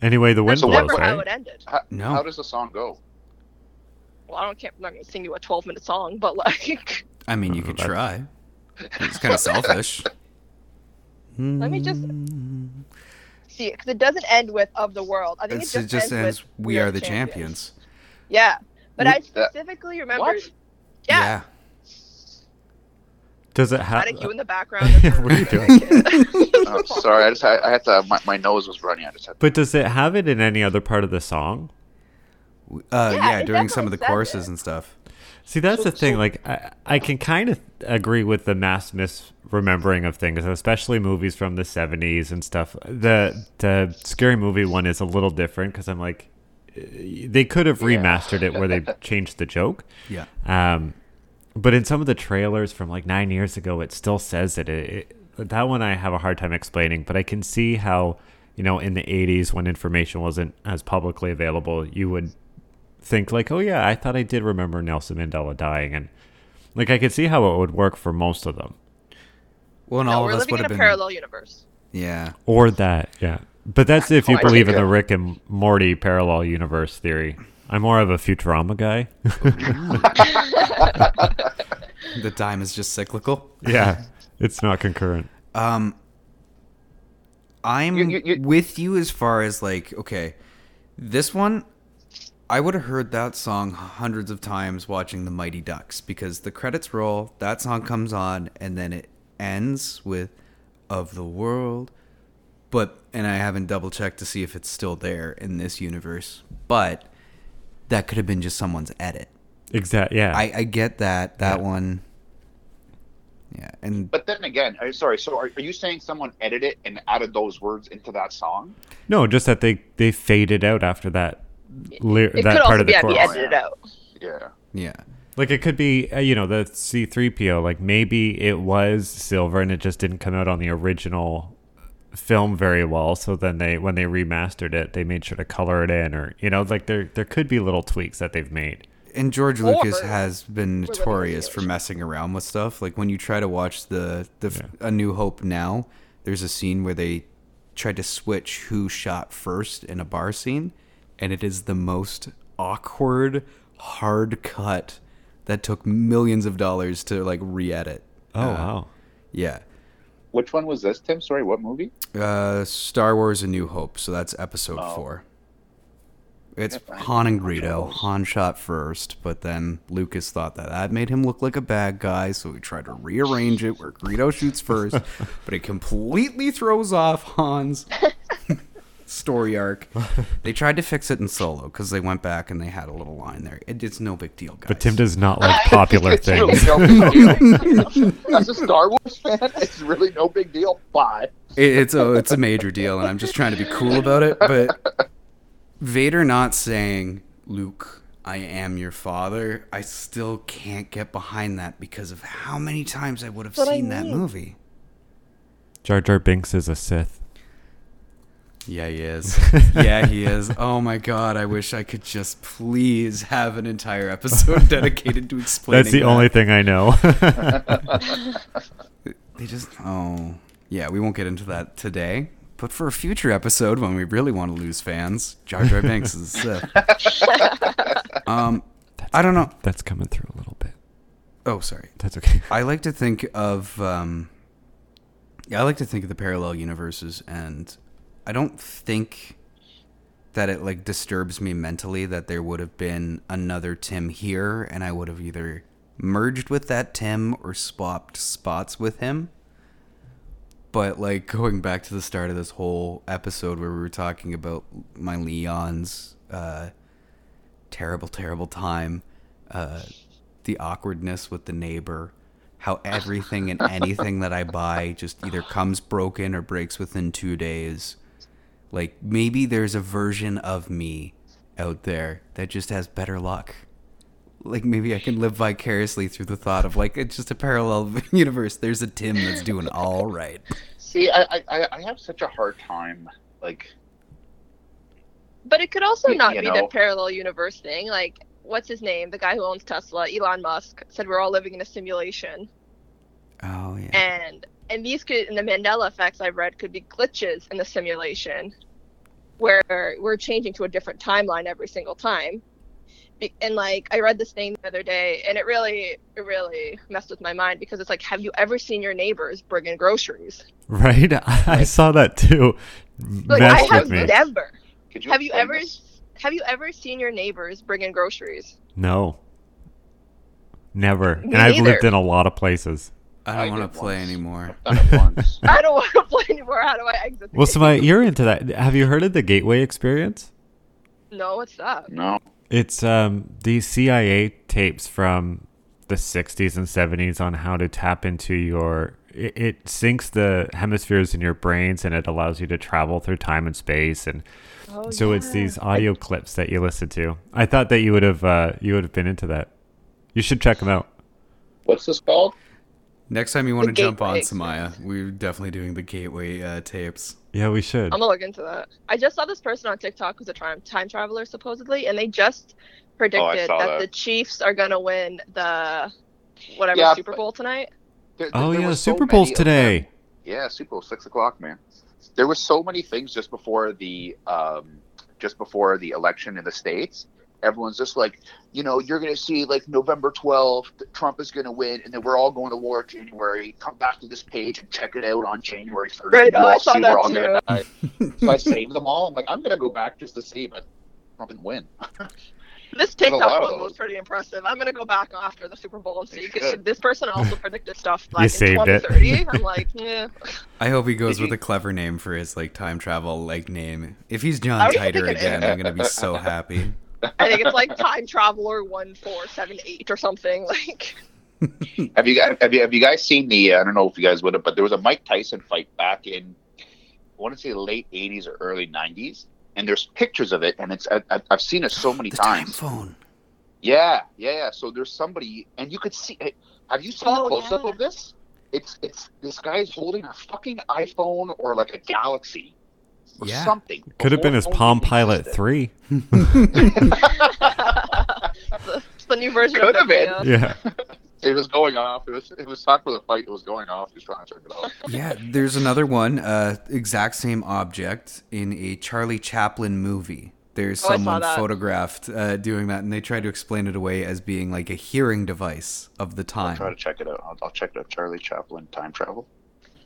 C: Anyway, the wind
D: That's
B: So
C: blows,
D: never how
C: right?
D: it ended.
B: how,
A: No.
B: how does the song go
D: Well, I don't care. I'm not gonna sing you a 12 minute song, but like,
A: I mean, you
C: Oh,
A: could
C: that's-
A: try. It's kind of selfish. Let
D: me just- see, because it doesn't end with "of the world." I think
A: It's,
D: it
A: it
D: just,
A: just
D: ends,
A: ends.
D: with
A: We are the champions.
D: Yeah, but I
B: Wh- that-
D: specifically remember.
B: What?
D: Yeah,
C: Does it
D: I
C: have?
D: had a cue in the background. of
C: Yeah,
D: her-
C: what are you doing?
B: oh, sorry i just i, I had to my, my nose was running i just had
C: But does it have it in any other part of the song?
A: Uh,
D: Yeah,
A: yeah,
D: it
A: doing some
D: definitely
A: of the
D: says
A: courses
D: it.
A: and stuff.
C: See, that's the thing. Like, I, I can kind of agree with the mass misremembering of things, especially movies from the '70s and stuff. The the scary movie one is a little different because I'm like, eh, they could have remastered it where they changed the joke.
A: Yeah.
C: Um, but in some of the trailers from like nine years ago, it still says it. It, it. That one I have a hard time explaining, but I can see how, you know, in the 80s when information wasn't as publicly available, you would think, like, oh, yeah, I thought I did remember Nelson Mandela dying. And like, I could see how it would work for most of them.
A: Well, and
D: no,
A: all
D: we're
A: of us
D: living
A: would
D: in a
A: have been.
D: parallel universe.
A: Yeah.
C: Or that, yeah. But that's if you
B: I
C: believe in
B: think
C: the
B: it-
C: Rick and Morty parallel universe theory. I'm more of a Futurama guy.
A: The time is just cyclical.
C: yeah. It's not concurrent.
A: Um, I'm
B: You- you- you-
A: with you as far as like, okay, this one, I would have heard that song hundreds of times watching the Mighty Ducks because the credits roll, that song comes on, and then it ends with "Of the World." But and I haven't double checked to see if it's still there in this universe, but that could have been just someone's edit.
C: Exactly. Yeah.
A: I, I get that that
C: Yeah.
A: one. Yeah, and
B: But then again, i sorry. So are, are you saying someone edited it and added those words into that song?
C: no, just that they they faded out after that ly-
D: It
C: that
D: could
C: part
D: also
C: of the
D: be, yeah, be
C: chorus.
D: edited out.
B: Yeah.
A: yeah,
C: Like it could be, uh, you know, the C three PO. Like maybe it was silver, and it just didn't come out on the original film very well. So then they, when they remastered it, they made sure to color it in, or you know, like there there could be little tweaks that they've made.
A: and George
D: Or-
A: Lucas has been
D: the
A: notorious for
D: situation.
A: messing around with stuff. Like when you try to watch the the f A New Hope now, there's a scene where they tried to switch who shot first in a bar scene, and it is the most awkward hard cut that took millions of dollars to like re-edit.
C: Oh wow!
A: Yeah.
B: Which one was this, Tim? Sorry, what movie?
A: Uh, Star Wars: A New Hope. So that's episode four. It's Han and Greedo. Han shot first, but then Lucas thought that that made him look like a bad guy, so he tried to rearrange it where Greedo shoots first, but it completely throws off Han's story arc. They tried to fix it in Solo because they went back and they had a little line there. It, it's no big deal, guys.
C: But Tim does not like popular
B: It's really
C: things.
B: no big deal. As a Star Wars fan, it's really no big deal. Bye.
A: it, it's a it's a major deal, and I'm just trying to be cool about it. But Vader not saying, "Luke, I am your father," I still can't get behind that because of how many times I would have
D: what I
A: seen that
D: mean.
A: movie.
C: Jar Jar Binks is a Sith.
A: Yeah, he is. yeah, he is. Oh my god, I wish I could just please have an entire episode dedicated to explaining.
C: That's the
A: that.
C: only thing I know.
A: They just oh yeah, we won't get into that today. But for a future episode when we really want to lose fans, Jar Jar Binks is a Sith. um, I don't know.
C: That's coming through a little bit.
A: Oh, sorry.
C: That's okay.
A: I like to think of um, yeah, I like to think of the parallel universes, and I don't think that it like disturbs me mentally that there would have been another Tim here, and I would have either merged with that Tim or swapped spots with him. But like going back to the start of this whole episode where we were talking about my Leon's uh, terrible, terrible time. Uh, the awkwardness with the neighbor, how everything and anything that I buy just either comes broken or breaks within two days. Like maybe there's a version of me out there that just has better luck. Like maybe I can live vicariously through the thought of like it's just a parallel universe. There's a Tim that's doing all right.
B: See, I, I- I, I have such a hard time. Like,
D: But it could also
B: Y-
D: not
B: you
D: be
B: know.
D: the parallel universe thing. Like, what's his name? The guy who owns Tesla, Elon Musk, said we're all living in a simulation.
A: Oh yeah.
D: And and these could and the Mandela effects I've read could be glitches in the simulation where we're changing to a different timeline every single time. Be- And like I read this thing the other day and it really it really messed with my mind because it's like have you ever seen your neighbors bring in groceries?
C: Right? I saw that too.
D: Like
C: Messed
D: I
C: with
D: have
C: me.
D: never.
B: could you
D: Have you
B: explain
D: ever
B: this?
D: have you ever seen your neighbors bring in groceries?
C: No. Never.
D: Me
C: and I've lived
D: neither.
C: in a lot of places.
A: I
B: I
A: don't want
B: did
A: to play
B: once.
A: anymore.
B: Done it once.
D: I don't want to play anymore. How do I exit? the
C: Well,
D: game?
C: Samaya, you're into that. Have you heard of the Gateway experience?
D: no, what's up?
B: no.
C: It's um, the CIA tapes from the 60s and 70s on how to tap into your. It, it syncs the hemispheres in your brains and it allows you to travel through time and space. And
D: Oh,
C: so it's these audio clips that you listen to. I thought that you would have uh, you would have been into that. You should check them out.
B: What's this called?
A: Next time you want to jump on
D: gateway
A: Samaya, we're definitely doing the gateway uh, tapes.
C: Yeah, we should.
D: I'm gonna look into that. I just saw this person on TikTok who's a time time traveler supposedly, and they just predicted
B: Oh, saw
D: that,
B: that.
D: the Chiefs are gonna win the whatever
B: Yeah,
D: Super
B: but-
D: Bowl tonight.
B: There- there-
C: Oh
B: there
C: yeah,
B: was so
C: Super Bowl's
B: many of them.
C: today.
B: Yeah, Super Bowl six o'clock, man. There was so many things just before the um, just before the election in the states. Everyone's just like, you know, you're going to see like November 12th, Trump is going to win, and then we're all going to war January. Come back to this page and check it out on January 3rd.
D: Right, oh,
B: You'll
D: I
B: all
D: saw
B: see
D: that
B: we're all gonna die. so I saved them all. I'm like, I'm going to go back just to see, but Trump didn't win.
D: This
B: There's a lot
D: TikTok
B: of
D: one was
B: those.
D: pretty impressive. I'm gonna go back after the Super Bowl and see
B: You
D: because
B: should.
D: this person also predicted stuff like in
C: saved it.
D: 2030. I'm like, yeah.
A: I hope he goes
B: Did
A: with
B: you-
A: a clever name for his like time travel like name. If he's
D: I
A: John
D: was
A: Titor
D: thinking-
A: again, I'm gonna be so happy.
D: I think it's like time traveler one four seven eight or something. Like
B: Have you guys have you, have you guys seen the? uh, I don't know if you guys would have, but there was a Mike Tyson fight back in I want to say the late '80s or early '90s, and there's pictures of it, and it's I, I- I've seen it so many
A: The time
B: times.
A: phone.
B: Yeah, yeah, yeah. So there's somebody, and you could see. eh, Have you seen
D: Oh,
B: a close up
D: yeah.
B: of this? It's it's this guy's holding a fucking iPhone or like a Galaxy or
A: Yeah.
B: something.
C: Could have been his
B: Before
C: Palm
B: phones
C: Pilot
B: existed.
C: 3.
D: it's the new version
B: Could have
D: of
B: been.
D: Nokia.
C: Yeah.
B: It was going off. It was it was not for the fight. It was going off. He was trying to turn it off.
A: Yeah, there's another one. Uh, exact same object in a Charlie Chaplin movie. There's
D: Oh, I saw
A: someone
D: that.
A: photographed uh, doing that, and they try to explain it away as being like a hearing device of the time.
B: Try to check it out. I'll, I'll check it out. Charlie Chaplin time travel.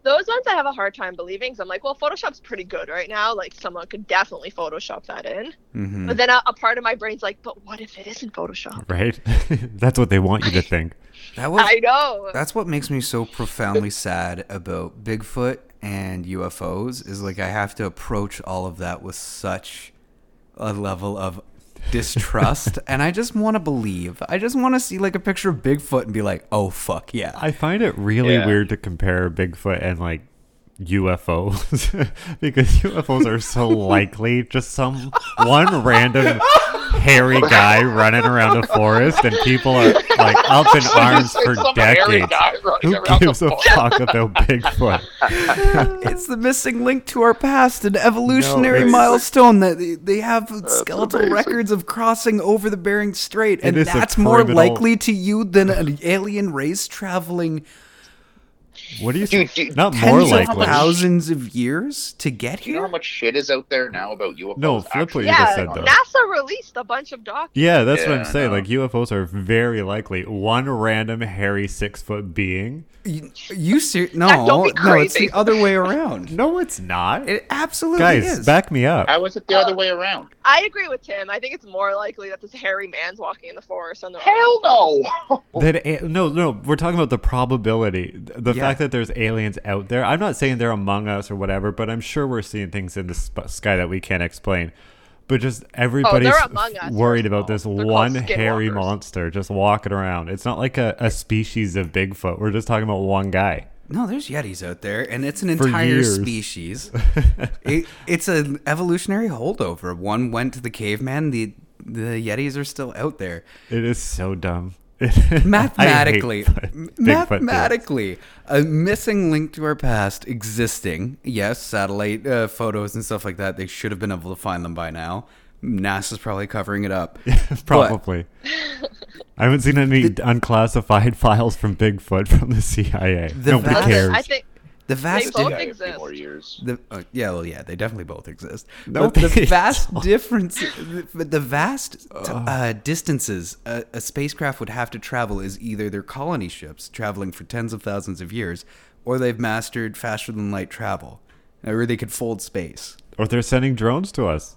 D: Those ones I have a hard time believing. Cause I'm like, well, Photoshop's pretty good right now. Like someone could definitely Photoshop that in.
A: hmm
D: But then a, a part of my brain's like, but what if it isn't Photoshop?
C: Right? That's what they want you to think.
A: That was
D: I know.
A: That's what makes me so profoundly sad about Bigfoot and UFOs is like I have to approach all of that with such a level of distrust and I just want to believe. I just want to see like a picture of Bigfoot and be like, "Oh fuck, yeah."
C: I find it really
B: Yeah.
C: weird to compare Bigfoot and like UFOs because UFOs are so likely just some one random hairy guy running around the forest and people are like up in arms
B: It's
C: for
B: some hairy
C: decades.
B: guy running
C: Who
B: around the
C: gives a
B: forest.
C: fuck about Bigfoot?
A: it's the missing link to our past, an evolutionary
C: it's-
A: milestone that they, they have skeletal
B: amazing.
A: records of crossing over the Bering Strait and
C: is a
A: that's more
C: criminal-
A: likely to you than an alien race traveling
C: What do you
B: Dude,
C: think?
B: dude,
C: Not more
A: tens of
C: likely.
A: thousands of years to get
B: Do you know
A: here?
B: how much shit is out there now about UFOs?
C: No, flip what
B: actually?
C: you just
D: yeah,
C: said, though.
D: NASA released a bunch of documents.
C: Yeah, that's what
B: Yeah,
C: I'm saying.
B: no.
C: Like UFOs are very likely one random hairy six foot being.
A: You, you ser- no,
D: That don't be
A: no, it's the
D: crazy.
A: other way around.
C: No, it's not.
A: It absolutely
C: Guys,
A: is.
C: back me up.
B: How is it the other way around?
D: I agree with Tim. I think it's more likely that this hairy man's walking in the forest on the
B: Hell no!
C: That a- no, no, we're talking about the probability, th- the
A: Yeah.
C: fact that there's aliens out there. I'm not saying they're among us or whatever, but I'm sure we're seeing things in the sp- sky that we can't explain. But just everybody's
D: among us,
C: worried
D: first of
C: about
D: all.
C: this
D: They're called
C: one hairy
D: skinwalkers.
C: monster just walking around. It's not like a, a species of Bigfoot. We're just talking about one guy.
A: no, there's yetis out there, and it's an
C: For
A: entire
C: years.
A: species. it, it's an evolutionary holdover. One went to the caveman. The the yetis are still out there.
C: It is so dumb.
A: Mathematically,
C: I hate
A: m-
C: Bigfoot theory.
A: mathematically, a missing link to our past existing. Yes, satellite uh, photos and stuff like that. They should have been able to find them by now. NASA's probably covering it up.
C: Probably. I haven't seen any unclassified files from Bigfoot from the CIA.
A: The
C: Nobody
A: vast-
C: cares.
D: I think
A: The vast
D: both
A: di-
B: Yeah, a few
D: exist.
B: more years.
A: The, uh, yeah, well, yeah, they definitely both exist.
C: No,
A: but
C: they
A: the vast difference, the, the vast t- uh, distances a, a spacecraft would have to travel is either their colony ships traveling for tens of thousands of years, or they've mastered faster than light travel, or they could fold space.
C: Or they're sending drones to us.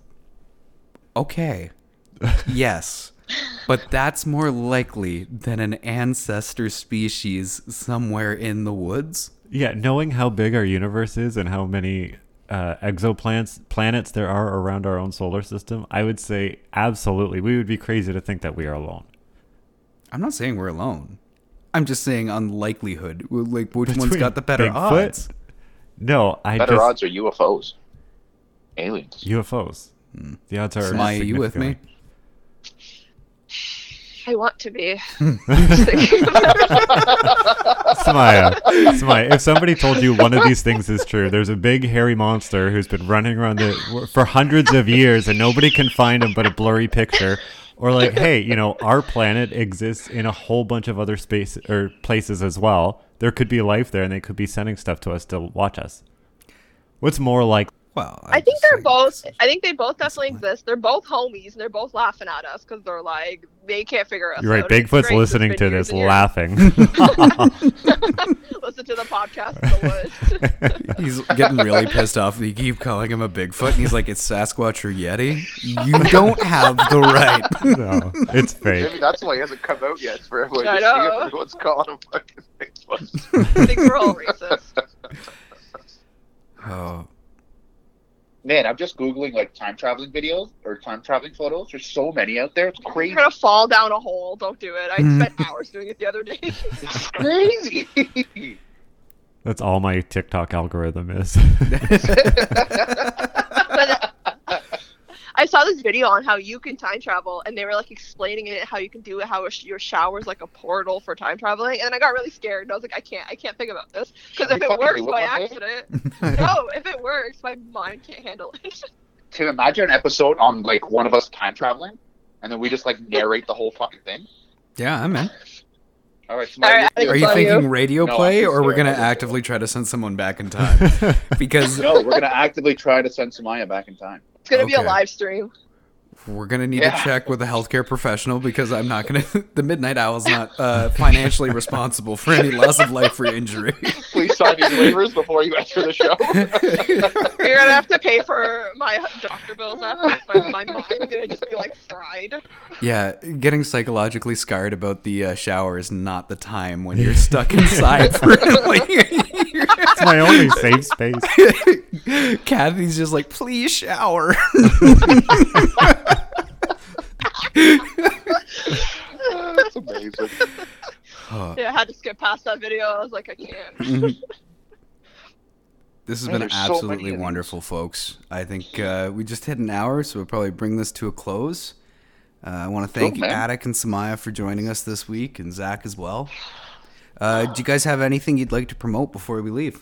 A: Okay, yes, but that's more likely than an ancestor species somewhere in the woods.
C: Yeah, knowing how big our universe is and how many uh, exoplanets planets there are around our own solar system, I would say absolutely we would be crazy to think that we are alone.
A: I'm not saying we're alone. I'm just saying on likelihood, w- like which one's
C: Between
A: got the better
C: Bigfoot?
A: odds.
C: No, I
B: Better
C: just
B: odds are UFOs, aliens.
C: UFOs. The odds are.
A: Smile, Hmm. you with me?
C: significantly-
D: I want to be.
C: Smile, smile. If somebody told you one of these things is true, there's a big hairy monster who's been running around the for hundreds of years and nobody can find him but a blurry picture. Or like, hey, you know, our planet exists in a whole bunch of other space or places as well. There could be life there, and they could be sending stuff to us to watch us. What's more like?
A: Well,
D: I think
A: just
D: they're
A: say-
D: both. I think they both definitely exist. They're both homies, and they're both laughing at us because they're like they can't figure us.
C: You're right.
D: out. It's
C: Bigfoot's
D: great. It's
C: listening
D: been
C: to
D: years
C: this,
D: and years.
C: laughing.
D: Listen to the podcast. in The woods.
A: He's getting really pissed off. You keep calling him a Bigfoot, and he's like, "It's Sasquatch or Yeti." You don't have the right.
C: no, it's
B: Maybe
C: fake.
B: that's why he hasn't come out yet. For everyone to
D: I
B: see
D: know.
B: if everyone's calling him fucking Bigfoot.
D: I think we're all racist.
A: Oh,
B: man, I'm just googling like time traveling videos or time traveling photos. There's so many out there. It's
D: You're
B: crazy. Mm.
D: gonna fall down a hole. Don't do it. I spent hours doing it the other day.
B: It's crazy.
C: That's all my TikTok algorithm is.
D: but I saw this video on how you can time travel, and they were like explaining it, how you can do it, how a sh- your shower's like a portal for time traveling, and then I got really scared, and I was like, I can't, I can't think about this, because if
B: Fucking
D: it works
B: what
D: by
B: the heck?
D: accident, no, if it works, my mind can't handle it.
B: Tim, imagine an episode on like one of us time traveling, and then we just like narrate the whole fucking thing.
A: Yeah, I'm in.
B: All right, so
D: All right,
B: my-
D: I think
A: Are you
D: Love
A: thinking
D: you.
A: radio
B: No,
A: play,
B: I'm
A: or we're
B: sorry,
A: gonna
B: I don't know.
A: actively try to send someone back in time? Because
B: no, we're gonna actively try to send Samaya back in time.
D: It's gonna be a
A: Okay.
D: live stream.
A: we're gonna need
B: Yeah.
A: to check with a healthcare professional because I'm not gonna. The Midnight Owl's not uh, financially responsible for any loss of life or injury.
B: Please sign these waivers before you enter the show.
D: You're gonna have to pay for my doctor bills after my, my mind's gonna just be like fried.
A: yeah, getting psychologically scarred about the uh, shower is not the time when you're stuck inside for like a year.
C: it's my only safe space.
A: Kathy's just like, please shower.
B: That's amazing. Uh.
D: Yeah, I had to skip past that video. I was like, I can't.
B: Mm-hmm.
A: This has
B: Man,
A: been
B: there's so many
A: absolutely
B: of these.
A: wonderful, folks. I think uh, we just hit an hour, so we'll probably bring this to a close. Uh, I want to thank
B: man.
A: Attic and Samaya for joining us this week, and Zach as well. Uh, do you guys have anything you'd like to promote before we leave?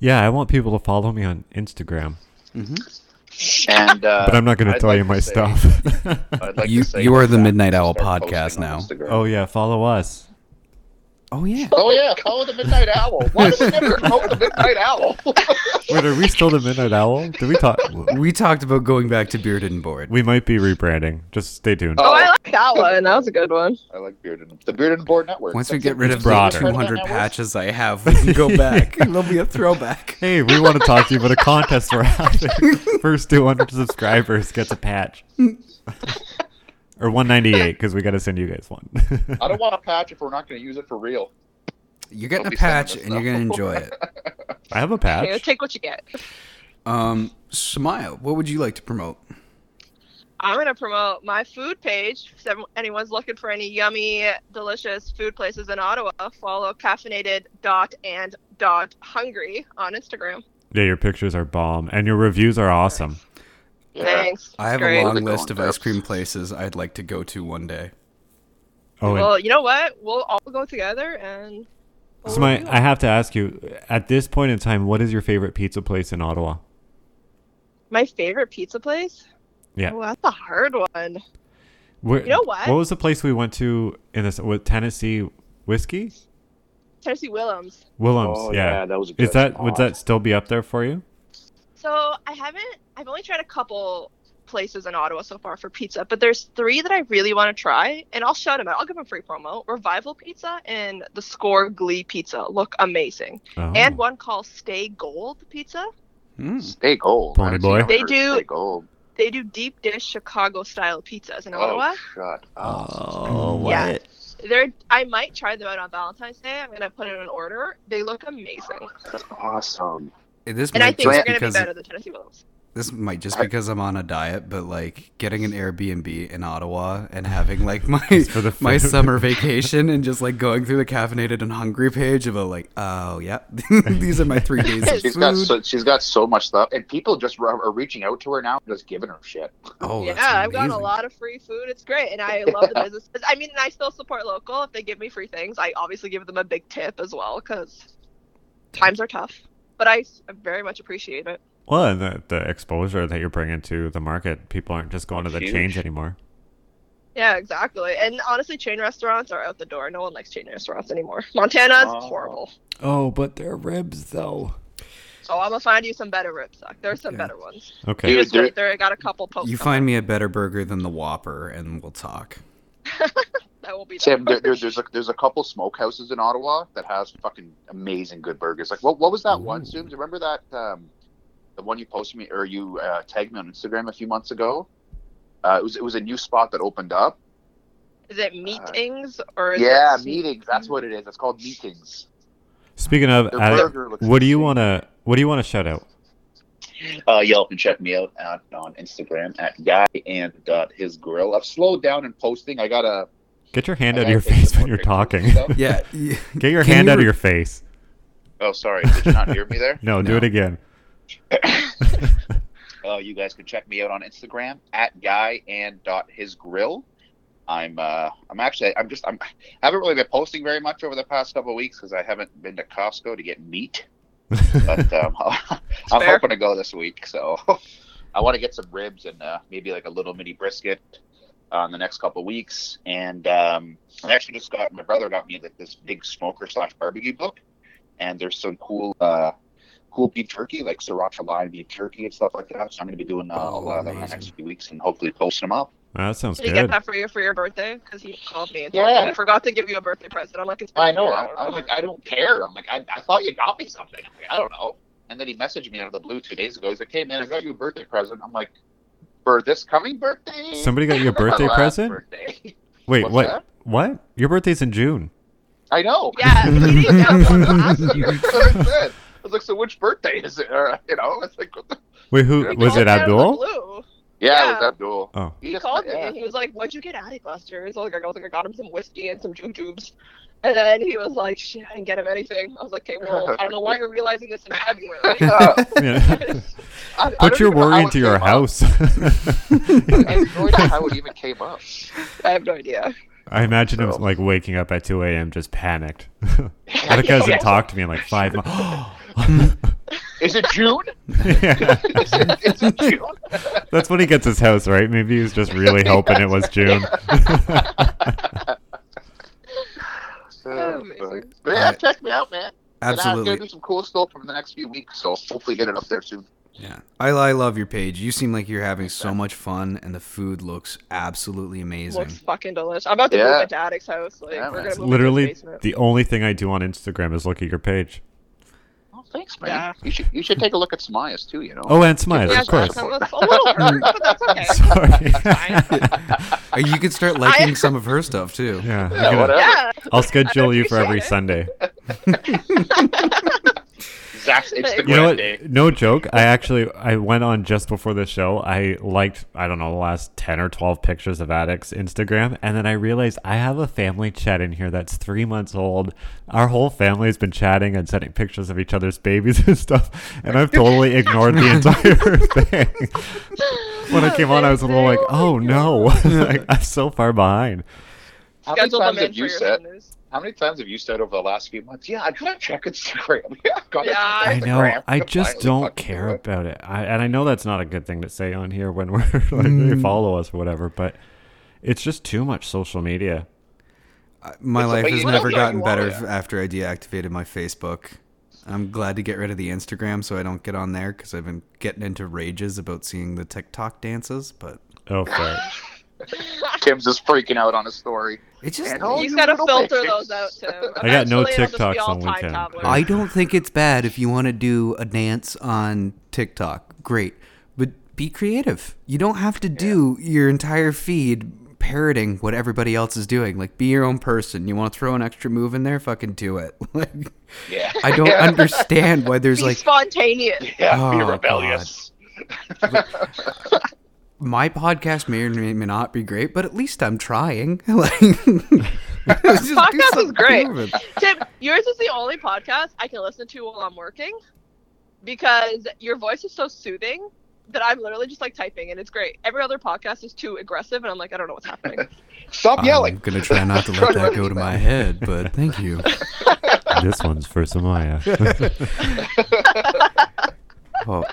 C: Yeah, I want people to follow me on Instagram,
B: And uh,
C: but I'm not going
B: I'd
C: to tell
B: like
C: you my
B: say-
C: stuff.
B: I'd like
A: You-
B: to say
A: you are the
B: that
A: Midnight
B: we
A: Owl
B: start
A: podcast
B: posting on
A: now.
B: Instagram.
C: oh yeah, follow us.
A: Oh yeah,
B: Oh yeah, follow the Midnight Owl. Why does it never promote the Midnight Owl?
C: Wait, are we still the Midnight Owl? Did we talk?
A: we talked about going back to Bearded and Board.
C: We might be rebranding. Just stay tuned.
D: Oh, I like that one. That was a good one.
B: I like Bearden. The Bearden Board Network.
A: Once we
B: That's
A: get
B: it.
A: rid of the
C: broader.
A: 200 patches I have, we can go back. There'll be a throwback.
C: Hey, we want to talk to you about a contest we're having. First 200 subscribers gets a patch. or 198, because we got to send you guys one.
B: I don't want a patch if we're not going to use it for real.
A: You're getting
B: Don't
A: a
B: be sending
A: patch,
B: us
A: and you're gonna enjoy it.
C: I have a
D: You know,
C: patch.
D: take what you get.
A: Um, Smile. What would you like to promote?
D: I'm gonna promote my food page. If ever- anyone's looking for any yummy, delicious food places in Ottawa, follow caffeinated dot and dot hungry on Instagram.
C: Yeah, your pictures are bomb, and your reviews are awesome.
B: Yeah.
D: Thanks.
A: I have
D: Great.
A: a long
B: How's it
A: list of
B: going,
A: ice
B: Dubs?
A: cream places I'd like to go to one day.
C: Oh, and
D: Well, you know what? We'll all go together and. we'll
C: so my,
D: review
C: I
D: it.
C: have to ask you, at this point in time, what is your favorite pizza place in Ottawa?
D: my favorite pizza place.
C: Yeah.
D: Oh, that's a hard one.
C: Where,
D: You know what?
C: What was the place we went to in this with Tennessee whiskey?
D: Tennessee Willems.
C: Willums,
B: Oh,
C: yeah.
B: yeah, that was a
C: Is
B: good
C: that would
B: spot.
C: that still be up there for you?
D: So I haven't. I've only tried a couple places in Ottawa so far for pizza, but there's three that I really want to try, and I'll shout them out. I'll give them free promo. Revival Pizza and the Score Glee Pizza look amazing,
C: Oh.
D: and one called Stay Gold Pizza.
A: Hmm.
B: Stay gold.
C: Pony
B: I've
C: boy.
B: seen
D: They
B: her
D: do-
B: Stay gold.
D: They do deep dish Chicago style pizzas in Ottawa.
B: Oh, shut up.
C: Oh,
D: Yeah. They're. I might try them out on Valentine's Day. I'm gonna put in an order. They look amazing,
B: Awesome.
A: This
D: and I
A: might
D: think
A: just
D: they're gonna be
A: because
D: better than Tennessee Williams.
A: this might just
B: I-
A: because I'm on a diet, but like getting an Airbnb in Ottawa and having like my
C: for the
A: my
C: food.
A: summer vacation and just like going through the caffeinated and hungry page of a like, oh yeah, these are my three days of
B: She's
A: food.
B: got so she's got so much stuff, and people just are are reaching out to her now, and just giving her shit.
A: oh
D: yeah,
A: that's
D: I've gotten a
A: amazing.
D: lot of free food. It's great, and I love the businesses. I mean, and I still support local. If they give me free things, I obviously give them a big tip as well because times are tough. But I s- very much appreciate it.
C: Well, and the, the exposure that you're bringing to the market, people aren't just going to the
B: Huge.
C: change anymore.
D: Yeah, exactly. And honestly, chain restaurants are out the door. No one likes chain restaurants anymore. Montana's
B: Oh.
D: horrible.
C: Oh, but their ribs though.
D: So I'm gonna find you some better rib stock. There's some
A: Okay.
D: better ones.
C: Okay.
D: You
B: Dude,
D: just wait
B: there-
D: there. I got a couple
B: Oh,
D: posts.
A: You find me a better burger than the Whopper, and we'll talk.
D: that will be
B: Tim,
D: there.
B: there, there, there's a there's a couple smokehouses in Ottawa that has fucking amazing good burgers. Like what what was that one?
A: Ooh.
B: Zooms, remember that um, the one you posted me or you uh, tagged me on Instagram a few months ago. Uh, it was it was a new spot that opened up.
D: Is it meetings or is
B: Yeah,
D: it
B: meetings. That's what it is. It's called meetings.
C: Speaking of,
B: Their
C: Adam,
B: burger looks
C: what do you
B: insane.
C: want to what do you want to shout out?
B: Uh, y'all can check me out at, on Instagram at guy and uh, his grill. I've slowed down in posting. I got a
C: Get your hand
B: I
C: out of your
B: gotta take
C: face
B: some
C: when
B: more
C: you're talking.
B: pictures and stuff.
A: Yeah. y-
C: Get your
A: Can
C: hand
A: you
C: out of
A: re-
C: your face.
B: oh sorry, did you not hear me there?
C: No, do
A: No.
C: it again.
B: Uh, you guys can check me out on Instagram at guy and dot his grill. I'm uh, I'm actually I'm just I'm I haven't really been posting very much over the past couple of weeks because I haven't been to Costco to get meat. But um, I'm
D: fair.
B: hoping to go this week, so I want to get some ribs and uh, maybe like a little mini brisket uh, in the next couple of weeks. And um, I actually just got my brother got me like this big smoker slash barbecue book, and there's some cool. Uh, cool beef turkey, like sriracha lime beef turkey and stuff like that. So I'm going to be doing uh, a
A: Oh,
B: lot of that in the
A: amazing.
B: next few weeks and hopefully posting them up.
C: Well, that sounds
D: Did he get
C: good.
D: that for you for your birthday? Because he called me and
B: Yeah.
D: told me I forgot to give you a birthday present. I'm like, it's
B: I know.
D: been a
B: I,
D: year.
B: I'm like, I don't care. I'm like, I, I thought you got me something. I'm like, I don't know. And then he messaged me out of the blue two days ago. He's like, hey, man, I got you a birthday present. I'm like, for this coming birthday?
C: Somebody got you
B: Or
C: a
B: my
C: birthday
B: last
C: present?
B: birthday.
C: Wait,
B: What's
C: what?
B: that?
C: What? Your birthday's in June.
B: I know.
D: Yeah, you need to get
B: That's
D: one.
B: what I said. I was like, so which birthday is it? Or, you know, it's like, what the...
C: Wait, who
B: Yeah.
C: was
D: Called
C: it?
D: me out of the
C: Abdul?
D: blue.
B: yeah, it
D: Yeah.
B: was Abdul.
C: Oh,
B: He
D: He
B: just-
D: called me
B: yeah.
D: and he was like, "What'd you get at Addybuster?" So like, I was like, "I got him some whiskey and some jujubes," and then he was like, "Shit, I didn't get him anything." I was like, "Okay, well, I don't know why you're realizing this in February."
B: Yeah.
C: Yeah.
B: I- I don't
C: Put your
B: even know
C: worry
B: how
C: into
B: it
C: your
B: came up.
C: house.
B: And nor did how it even came up.
D: I have no idea.
C: I imagine him
B: So-
C: like waking up at 2 a.m. just panicked. What if he hasn't
B: Yeah.
C: talked to me in like five months?
B: Is it June?
C: Yeah.
B: Is it, is it June?
C: That's when he gets his house, right? Maybe he was just really hoping it was June.
B: Uh,
D: Amazing.
B: but yeah, check me out, man. And I'm gonna do
A: Absolutely.
B: some cool stuff for the next few weeks, so hopefully get it up there soon.
A: Yeah. I, I love your page. You seem like you're having so much fun, and the food looks absolutely amazing.
D: Looks fucking delicious. I'm about to go
B: Yeah.
D: move to Addict's house. Like,
B: Yeah,
D: we're
B: man.
D: gonna move into
C: Literally,
D: his basement.
C: the only thing I do on Instagram is look at your page.
B: Oh, thanks, man.
D: Yeah.
B: You should you should take a look at Samias too. You know.
C: Oh, and Smile,
D: yeah,
C: of course.
D: that's- that's a little hurt, but that's okay.
C: Sorry.
A: Uh, you could start liking some of her stuff too.
C: yeah, I'm
B: Yeah,
C: gonna-
B: whatever.
D: Yeah,
C: I'll schedule you for every
D: appreciate it.
C: Sunday.
B: Zach's Instagram
C: You know
B: day.
C: what? No joke. I actually I went on just before the show. I liked I don't know the last ten or twelve pictures of Addict's Instagram, and then I realized I have a family chat in here that's three months old. Our whole family has been chatting and sending pictures of each other's babies and stuff, and I've totally ignored the entire thing. when I came on, I was a little like, oh no, like, I'm so far behind.
B: How many
D: schedule
B: times
D: them in
B: have
D: for your
B: you said?
D: Sundays.
B: How many times have you said over the last few months? Yeah, I gotta check Instagram. Yeah, I gotta
D: Yeah,
B: check
C: I
D: I
C: know.
B: Instagram."
C: I just
B: Finally
C: don't
B: fucking
C: care
B: do it.
C: about it. I, and I know that's not a good thing to say on here when we're like they follow us or whatever, but it's just too much social media.
A: Uh, My
B: It's a-
A: life
B: but
A: has
B: you-
A: never
B: yeah, you
A: gotten
B: want
A: better
B: it.
A: after I deactivated my Facebook. I'm glad to get rid of the Instagram so I don't get on there because I've been getting into rages about seeing the TikTok dances, but
C: Oh, fair.
B: Tim's just freaking out on a story.
A: it's just
B: And all
D: He's
B: you
D: got to
B: little
D: filter
B: bitches.
D: those out too.
C: I got no
D: Eventually it'll just be
C: TikToks
D: all
C: on
D: time
C: weekend.
D: travelers.
A: I don't think it's bad if you want to do a dance on TikTok. Great. But be creative. You don't have to do your entire feed parroting what everybody else is doing. Like be your own person. You want to throw an extra move in there? Fucking do it. Like
B: Yeah.
A: I don't understand why there's
D: Be
A: like
D: spontaneous.
B: Yeah, be
A: Oh,
B: rebellious.
A: my podcast may or may not be great, but at least I'm trying. Like podcast
D: Podcast is great. Tim, yours is the only podcast I can listen to while I'm working because your voice is so soothing that I'm literally just like typing and it's great. Every other podcast is too aggressive and I'm like, I don't know what's happening.
C: Um,
B: Stop
A: I'm
B: yelling.
A: gonna try not to let that go to my head, but thank you.
C: this one's for Samaya.
A: Oh,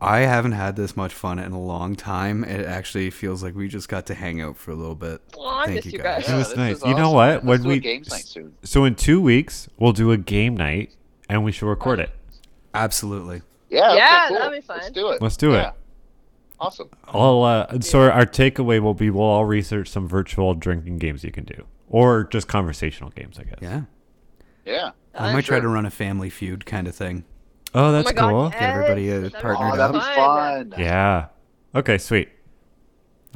A: I haven't had this much fun in a long time. It actually feels like we just got to hang out for a little bit.
D: Aw, I
A: Thank
D: miss
A: you
D: you
A: guys.
D: guys.
C: It was
B: this
C: nice.
B: is
C: You
B: awesome.
C: know what?
B: Let's
C: When
B: do
C: we-
B: a games night soon.
C: so in two weeks, we'll do a game night and we should record it.
A: Absolutely.
B: Yeah, okay,
D: Yeah,
B: cool.
D: that'll be
B: Let's
D: fun.
B: do it.
C: Let's do
B: Yeah.
C: it.
B: Awesome.
C: I'll, uh, so our takeaway will be we'll all research some virtual drinking games you can do or just conversational games, I guess.
A: Yeah.
B: Yeah.
A: I might Oh try to run a family feud kind of thing.
C: Oh,
D: Oh
C: that's
D: my God,
C: cool.
A: Get everybody, uh,
D: yes, that'd be
A: partnered
B: Oh,
A: up.
B: that'd be fun.
C: Yeah. Okay, sweet.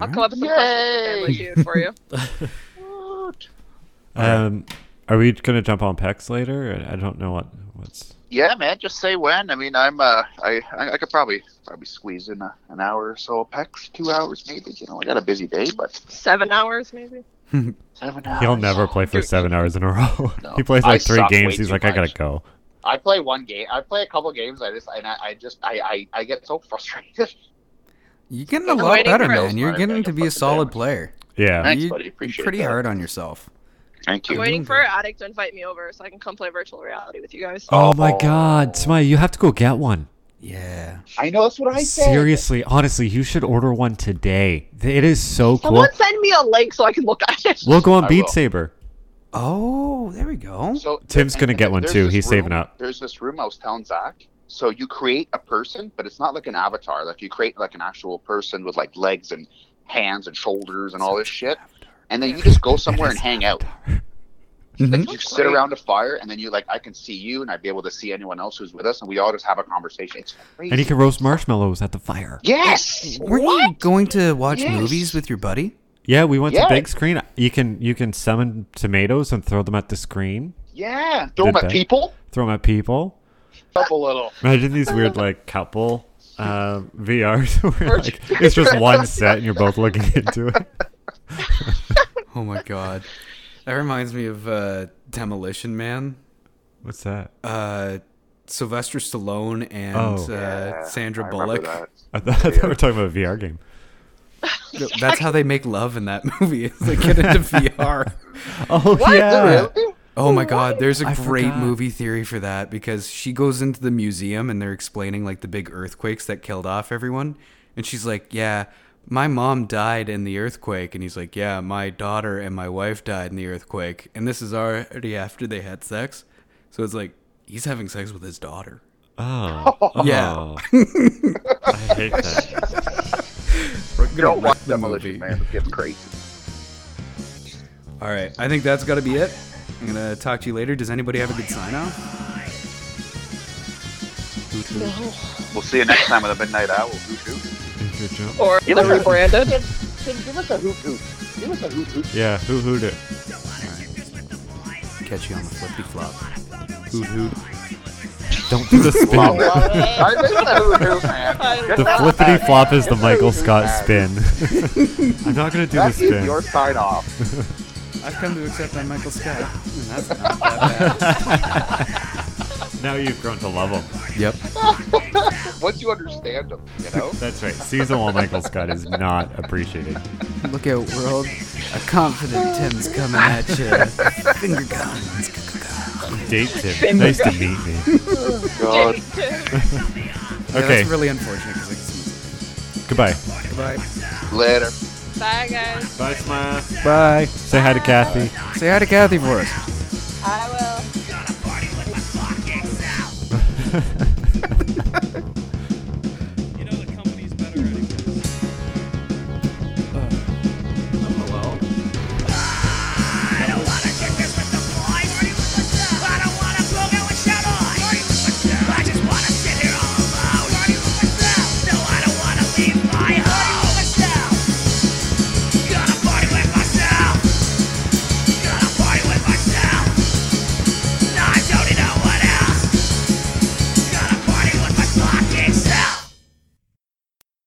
D: I'll come up with some questions
B: Yay!
D: Family Feud for you.
C: Um, are we gonna jump on PEX later? I I don't know what. What's
B: Yeah, man. Just say when. I mean, I'm. Uh, I I I could probably probably squeeze in a, an hour or so of pecs, two hours maybe. You know, I got a busy day, but
D: Seven hours, maybe.
B: seven hours.
C: he'll never play for
B: Dude,
C: seven hours in a row.
B: No.
C: he plays
B: I
C: like three
B: suck way
C: games. He's
B: too
C: like, I gotta
B: much.
C: go.
B: I play one game. I play a couple games. I just and I, I just I, I I get so frustrated.
A: You're getting a
D: I'm
A: lot
D: waiting
A: better,
D: for it.
A: man. You're
B: Sorry,
A: getting
B: guys,
A: to
B: I'm
A: be a
B: fucking
A: solid
B: damaged.
A: player.
C: Yeah,
B: Thanks,
A: You-
B: buddy.
A: you're
B: Appreciate
A: pretty
B: that.
A: hard on yourself.
B: Thank
D: I'm
B: you.
D: waiting
A: doing
D: for
A: good.
D: Addict to invite me over so I can come play virtual reality with you guys.
C: Oh my God, Smiley, you have to go get one.
A: Yeah.
B: I know that's what I said.
C: Seriously, honestly, you should order one today. It is so cool.
D: Someone send me a link so I can look at it.
C: We'll go on
B: I
C: Beat
B: will.
C: Saber.
A: Oh, there we go.
B: So
C: Tim's
B: and-
C: gonna
B: and
C: get one,
B: there's
C: too.
B: this
C: He's
B: room-
C: saving up.
B: There's this room I was telling Zach. So you create a person, but it's not like an avatar. Like you create like an actual person with like legs and hands and shoulders and all this shit. And then you just go somewhere and hang out.
C: Mm-hmm.
B: Like you sit around a fire, and then you like I can see you, and I'd be able to see anyone else who's with us, and we all just have a conversation. It's crazy.
C: And you can roast marshmallows at the fire.
B: yes.
A: Weren't you going to watch
B: Yes.
A: movies with your buddy?
C: Yeah, we went
B: Yeah.
C: to big screen. You can you can summon tomatoes and throw them at the screen.
B: Yeah. Throw 'em
C: Did
B: at
C: they?
B: people.
C: Throw them at people.
B: Up a little.
C: Imagine these weird like couple uh, VRs where like it's just one set and you're both looking into it.
A: Oh my god. That reminds me of uh, Demolition Man.
C: What's that?
A: Uh, Sylvester Stallone and
C: Oh.
A: uh,
B: Yeah,
A: Sandra
B: I remember
A: Bullock.
B: that.
C: I thought, I thought we were talking about a VR game.
A: Th- That's how they make love in that movie. Is they get into VR.
C: Oh
D: What?
C: yeah.
B: Really?
A: Oh my god, there's a
C: I
A: great
C: forgot.
A: movie theory for that because she goes into the museum and they're explaining like the big earthquakes that killed off everyone and she's like, "Yeah, my mom died in the earthquake." And he's like, "Yeah, my daughter and my wife died in the earthquake." And this is already after they had sex. So it's like he's having sex with his daughter.
C: Oh.
A: Yeah.
C: I hate that.
A: We're gonna
B: Don't
A: wreck
B: watch Demolition Man. It gets crazy.
A: All right, I think that's got to be it. I'm gonna talk to you later. Does anybody have a good sign off?
B: We'll see you next time with a midnight owl. Hoot hoot.
C: Good job.
D: Or
B: Give us a-
D: rebranded.
B: Tim, give us a hoot hoot. Give us a hoot hoot.
C: Yeah, who hooed it?
A: Catch you on the flippy flop. Hoot hoot.
C: Don't do the
B: Love it.
C: spin.
B: I think it's a hoot hoot, man.
C: The flippity flop is the Michael Scott spin. I'm not gonna do the
B: That is
C: spin.
B: your sign off.
A: I've come to accept I'm Michael Scott, and that's
C: Now you've grown to love him.
A: Yep.
B: Once you understand them, you know?
C: That's right. Seasonal Michael Scott is not appreciated.
A: Look out, world. A confident Tim's coming at you. Finger guns.
C: Date Tim. Nice to meet me.
B: God.
A: Yeah,
C: Okay.
A: That's really unfortunate because I can see
C: Goodbye.
A: Goodbye.
B: Later.
D: Bye, guys.
C: Bye, Smile.
A: Bye.
C: Say hi to Kathy.
A: Say hi to Kathy for us.
D: I will.